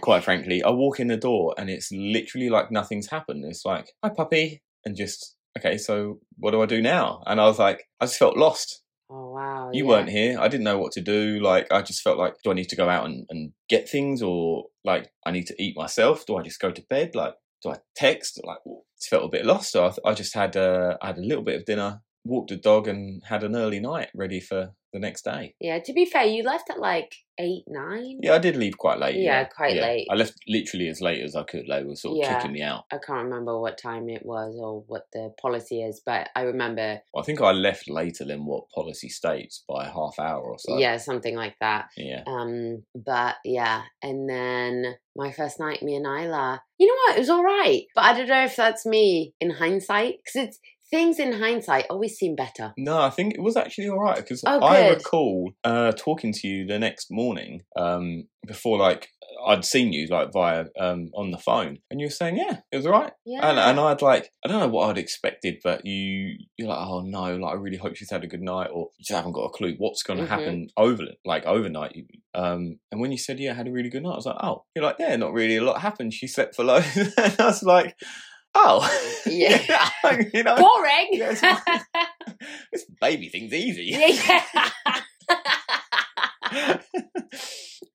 Speaker 2: Quite frankly, I walk in the door and it's literally like nothing's happened. It's like, hi, puppy. And just, okay, so what do I do now? And I was like, I just felt lost.
Speaker 1: oh, wow.
Speaker 2: You
Speaker 1: yeah.
Speaker 2: weren't here. I didn't know what to do. Like, I just felt like, do I need to go out and, and get things or like I need to eat myself? Do I just go to bed? Like, do I text? Like, just felt a bit lost. So I, th- I just had, uh, I had a little bit of dinner, walked the dog and had an early night ready for the next day.
Speaker 1: Yeah, to be fair, you left at like eight, nine?
Speaker 2: Yeah, I did leave quite late.
Speaker 1: Yeah, quite late.
Speaker 2: I left literally as late as I could. They were sort of
Speaker 1: Yeah.
Speaker 2: kicking me out.
Speaker 1: I can't remember what time it was or what the policy is, but I remember,
Speaker 2: I think I left later than what policy states by a half hour or so.
Speaker 1: yeah, something like that.
Speaker 2: Yeah.
Speaker 1: Um, but yeah, and then my first night, me and Isla, you know what? It was all right, but I don't know if that's me in hindsight because it's things in hindsight always seem better.
Speaker 2: No, I think it was actually all right because
Speaker 1: Oh,
Speaker 2: I
Speaker 1: good.
Speaker 2: recall uh, talking to you the next morning um, before, like I'd seen you like via um, on the phone, and you were saying, "Yeah, it was all right."
Speaker 1: Yeah,
Speaker 2: And, and I'd like, I don't know what I'd expected, but you, you're like, "Oh no, like I really hope she's had a good night," or you just haven't got a clue what's going to
Speaker 1: Mhm.
Speaker 2: happen over, like overnight. You- Um, and when you said, "Yeah, I had a really good night," I was like, "Oh," you're like, "Yeah, not really. A lot happened. She slept for loads," and I was like, "Oh,
Speaker 1: Yeah.
Speaker 2: you know."
Speaker 1: boring.
Speaker 2: Yeah, it's- this baby thing's easy.
Speaker 1: yeah,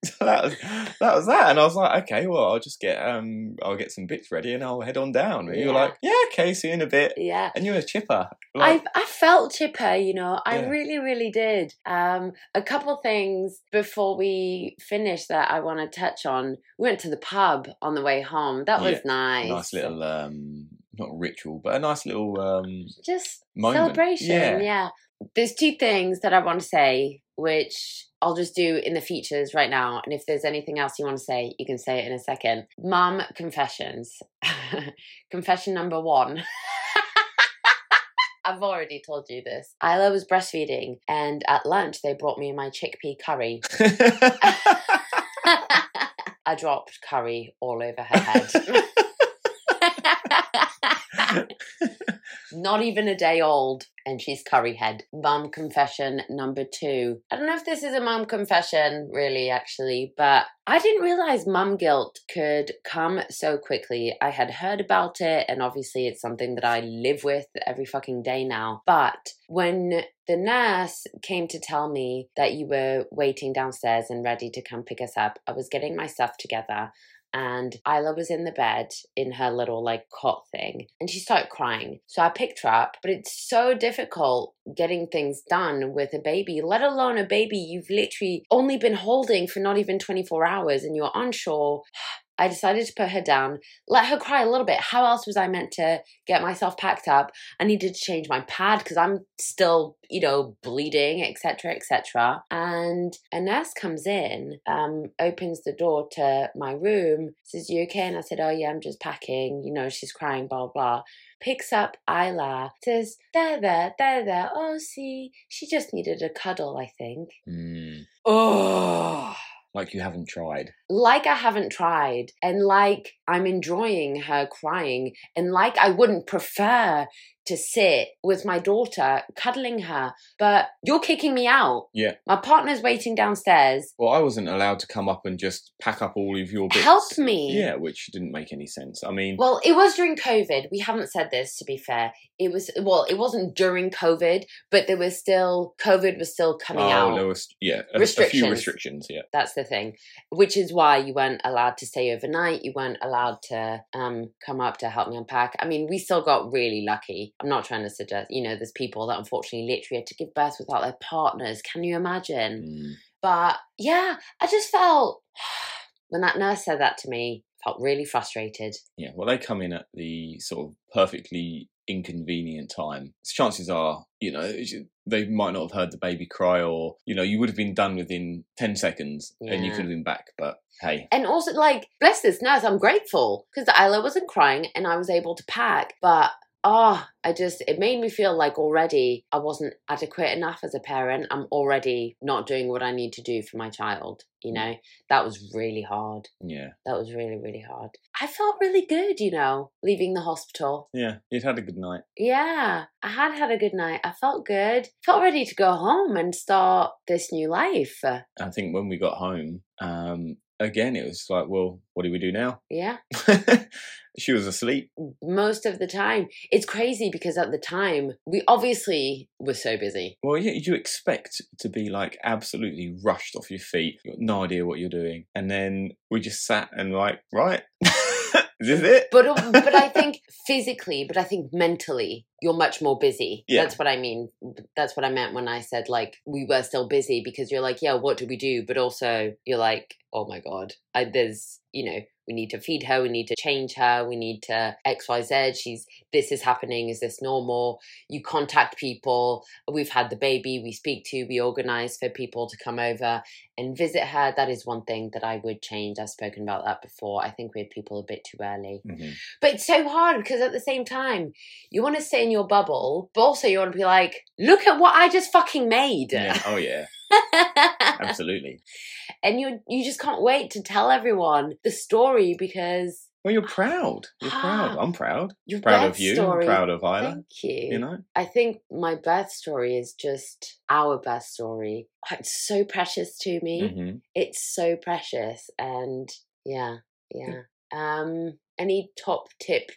Speaker 2: so that was that was that, and I was like, okay, well, I'll just get um, I'll get some bits ready, and I'll head on down. And you're
Speaker 1: Yeah.
Speaker 2: like, yeah, okay, see you in a bit,
Speaker 1: yeah.
Speaker 2: and you're a chipper.
Speaker 1: I
Speaker 2: Like,
Speaker 1: I felt chipper, you know. I
Speaker 2: Yeah.
Speaker 1: really, really did. Um, a couple things before we finish that I want to touch on. We went to the pub on the way home. That was
Speaker 2: Yeah.
Speaker 1: nice.
Speaker 2: nice little um, not ritual, but a nice little um,
Speaker 1: just
Speaker 2: moment.
Speaker 1: celebration.
Speaker 2: Yeah.
Speaker 1: Yeah. There's two things that I want to say, which I'll just do in the features right now. And if there's anything else you want to say, you can say it in a second. Mum confessions. Confession number one. I've already told you this. Isla was breastfeeding, and at lunch, they brought me my chickpea curry. I dropped curry all over her head. Not even a day old, and she's curry head. Mum confession number two. I don't know if this is a mum confession, really, actually, but I didn't realize mum guilt could come so quickly. I had heard about it, and obviously, it's something that I live with every fucking day now. But when the nurse came to tell me that you were waiting downstairs and ready to come pick us up. I was getting my stuff together and Isla was in the bed in her little like cot thing and she started crying. So I picked her up, but it's so difficult getting things done with a baby, let alone a baby you've literally only been holding for not even 24 hours and you're unsure. I decided to put her down, let her cry a little bit. How else was I meant to get myself packed up? I needed to change my pad because I'm still, you know, bleeding, etc., etc. And a nurse comes in, um, opens the door to my room, says, "You okay?" And I said, "Oh yeah, I'm just packing." You know, she's crying, blah blah. Picks up Isla, says, "There, there, there, there. Oh, see, she just needed a cuddle, I think."
Speaker 2: Mm,
Speaker 1: Oh
Speaker 2: like you haven't tried.
Speaker 1: like I haven't tried, and like I'm enjoying her crying, and like I wouldn't prefer to sit with my daughter, cuddling her, but you're kicking me out.
Speaker 2: Yeah.
Speaker 1: My partner's waiting downstairs.
Speaker 2: Well, I wasn't allowed to come up and just pack up all of your bits.
Speaker 1: Help me.
Speaker 2: Yeah, which didn't make any sense. I mean,
Speaker 1: Well, it was during COVID. We haven't said this to be fair. It was well, it wasn't during COVID, but there was still COVID was still coming out.
Speaker 2: oh, there was yeah, a, a few
Speaker 1: Restrictions.
Speaker 2: restrictions. Yeah,
Speaker 1: That's the thing, which is why you weren't allowed to stay overnight. You weren't allowed to um, come up to help me unpack. I mean, we still got really lucky. I'm not trying to suggest, you know, there's people that unfortunately literally had to give birth without their partners. Can you imagine?
Speaker 2: Mm.
Speaker 1: But yeah, I just felt when that nurse said that to me, felt really frustrated.
Speaker 2: yeah. Well, they come in at the sort of perfectly inconvenient time. Chances are, you know, it's- they might not have heard the baby cry, or you know, you would have been done within ten seconds, and you
Speaker 1: Yeah.
Speaker 2: could have been back. But hey,
Speaker 1: And also, like, bless this nurse, I'm grateful because Isla wasn't crying and I was able to pack. But ah, I just, it made me feel like already I wasn't adequate enough as a parent. I'm already not doing what I need to do for my child. You know, that was really hard.
Speaker 2: yeah,
Speaker 1: That was really, really hard. I felt really good, you know, leaving the hospital.
Speaker 2: yeah, you'd had a good night.
Speaker 1: Yeah, I had had a good night. I felt good. Felt ready to go home and start this new life.
Speaker 2: I think when we got home, um, again, it was like, well, what do we do now?
Speaker 1: Yeah.
Speaker 2: she was asleep.
Speaker 1: most of the time. It's crazy because at the time we obviously were so busy.
Speaker 2: Well, yeah, you expect to be like absolutely rushed off your feet. You've got no idea what you're doing. And then we just sat and like, right, is this it?
Speaker 1: But uh, but I think physically, but I think mentally you're much more busy.
Speaker 2: Yeah.
Speaker 1: That's what I mean. That's what I meant when I said like we were still busy because you're like, yeah, what do we do? But also you're like, oh my god, I, there's you know we need to feed her, we need to change her, we need to X Y Z. She's this is happening. Is this normal? You contact people. We've had the baby. We speak to. We organize for people to come over. and visit her. That is one thing that I would change. I've spoken about that before. I think we had people a bit too early.
Speaker 2: Mhm.
Speaker 1: But it's so hard because at the same time, you want to stay in your bubble, but also you want to be like, look at what I just fucking made.
Speaker 2: Yeah. Oh, yeah, absolutely.
Speaker 1: and you you just can't wait to tell everyone the story because
Speaker 2: Well, you're proud. You're proud. I'm proud.
Speaker 1: your
Speaker 2: Proud
Speaker 1: birth
Speaker 2: of you.
Speaker 1: story.
Speaker 2: Proud of Isla.
Speaker 1: Thank you.
Speaker 2: You know?
Speaker 1: I think my birth story is just our birth story. It's so precious to me.
Speaker 2: hmm
Speaker 1: it's so precious and yeah
Speaker 2: Mm.
Speaker 1: yeah um any top tip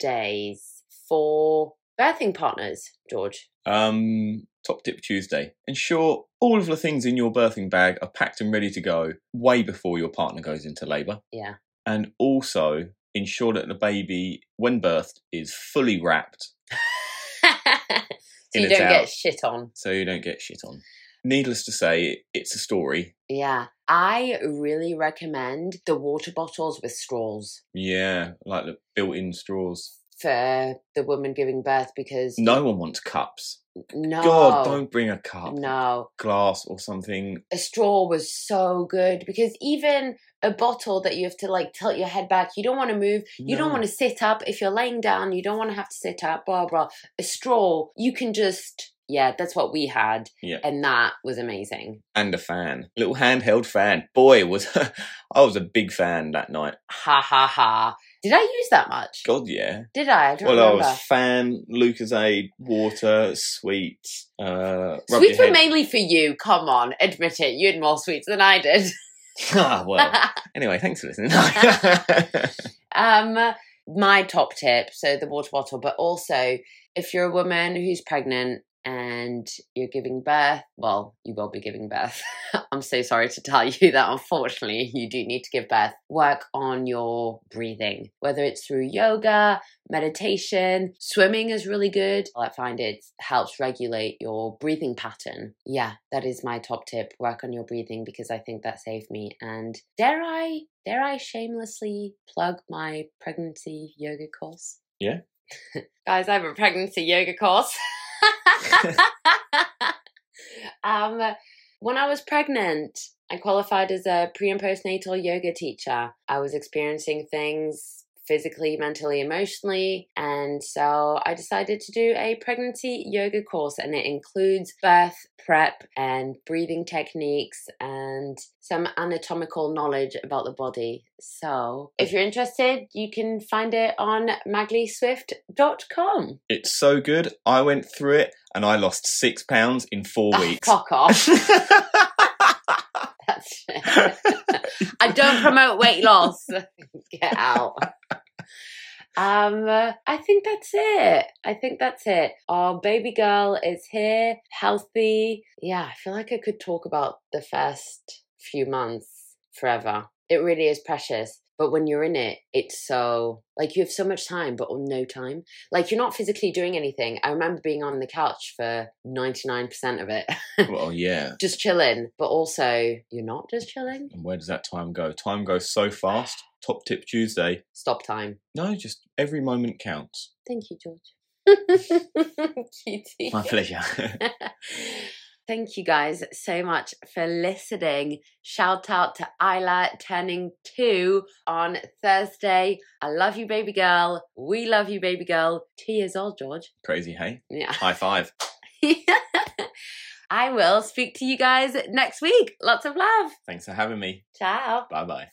Speaker 1: tuesdays for birthing partners george
Speaker 2: Um, Top Tip Tuesday. Ensure all of the things in your birthing bag are packed and ready to go way before your partner goes into labour.
Speaker 1: Yeah.
Speaker 2: And also ensure that the baby, when birthed, is fully wrapped
Speaker 1: so
Speaker 2: In
Speaker 1: you
Speaker 2: it's
Speaker 1: don't get
Speaker 2: out.
Speaker 1: shit on
Speaker 2: so you don't get shit on. Needless to say, it's a story.
Speaker 1: yeah i really recommend the water bottles with straws
Speaker 2: Yeah, like the built-in straws.
Speaker 1: for the woman giving birth because
Speaker 2: No one wants cups.
Speaker 1: no
Speaker 2: God, don't bring a cup,
Speaker 1: no
Speaker 2: glass, or something.
Speaker 1: a straw was so good because even a bottle that you have to like tilt your head back, you don't want to move, you don't
Speaker 2: No.
Speaker 1: want to sit up. If you're laying down, you don't want to have to sit up, blah, blah. A straw, you can just, yeah, that's what we had.
Speaker 2: Yeah.
Speaker 1: And that was amazing.
Speaker 2: And a fan, little handheld fan. Boy, was I was a big fan that night.
Speaker 1: Ha ha ha. Did I use that much?
Speaker 2: God, yeah.
Speaker 1: Did I? I don't
Speaker 2: Well, I
Speaker 1: remember.
Speaker 2: was fan, Lucasade, water, sweets. Uh, rub
Speaker 1: Sweets were
Speaker 2: your head.
Speaker 1: mainly for you. Come on, admit it. You had more sweets than I did.
Speaker 2: ah, well. Anyway, thanks for listening.
Speaker 1: Um, my top tip, so the water bottle, but also if you're a woman who's pregnant and you're giving birth, well, you will be giving birth. I'm so sorry to tell you that unfortunately you do need to give birth. Work on your breathing, whether it's through yoga, meditation, swimming is really good. I find it helps regulate your breathing pattern. Yeah, that is my top tip. Work on your breathing because I think that saved me. And dare I dare I shamelessly plug my pregnancy yoga course?
Speaker 2: Yeah.
Speaker 1: Guys, I have a pregnancy yoga course. um when I was pregnant, I qualified as a pre and postnatal yoga teacher. I was experiencing things physically, mentally, emotionally. And so I decided to do a pregnancy yoga course, and it includes birth prep and breathing techniques and some anatomical knowledge about the body. So if you're interested, you can find it on maglyswift.com.
Speaker 2: It's so good. I went through it and I lost six pounds in four
Speaker 1: Ah,
Speaker 2: weeks.
Speaker 1: fuck off. That's I don't promote weight loss. Get out. Um, uh, I think that's it. I think that's it. Our baby girl is here, healthy. Yeah, I feel like I could talk about the first few months forever. It really is precious. But when you're in it, it's so like you have so much time, but on no time. Like you're not physically doing anything. I remember being on the couch for 99% of it,
Speaker 2: well, yeah.
Speaker 1: just chilling, but also you're not just chilling.
Speaker 2: And where does that time go? Time goes so fast. Top tip Tuesday.
Speaker 1: Stop time.
Speaker 2: No, just every moment counts.
Speaker 1: Thank you, George. Cutie.
Speaker 2: My pleasure.
Speaker 1: Thank you guys so much for listening. Shout out to Isla turning two on Thursday. I love you, baby girl. We love you, baby girl. Two years old, George.
Speaker 2: Crazy, hey?
Speaker 1: Yeah.
Speaker 2: High five.
Speaker 1: I will speak to you guys next week. Lots of love.
Speaker 2: Thanks for having me.
Speaker 1: Ciao.
Speaker 2: Bye bye.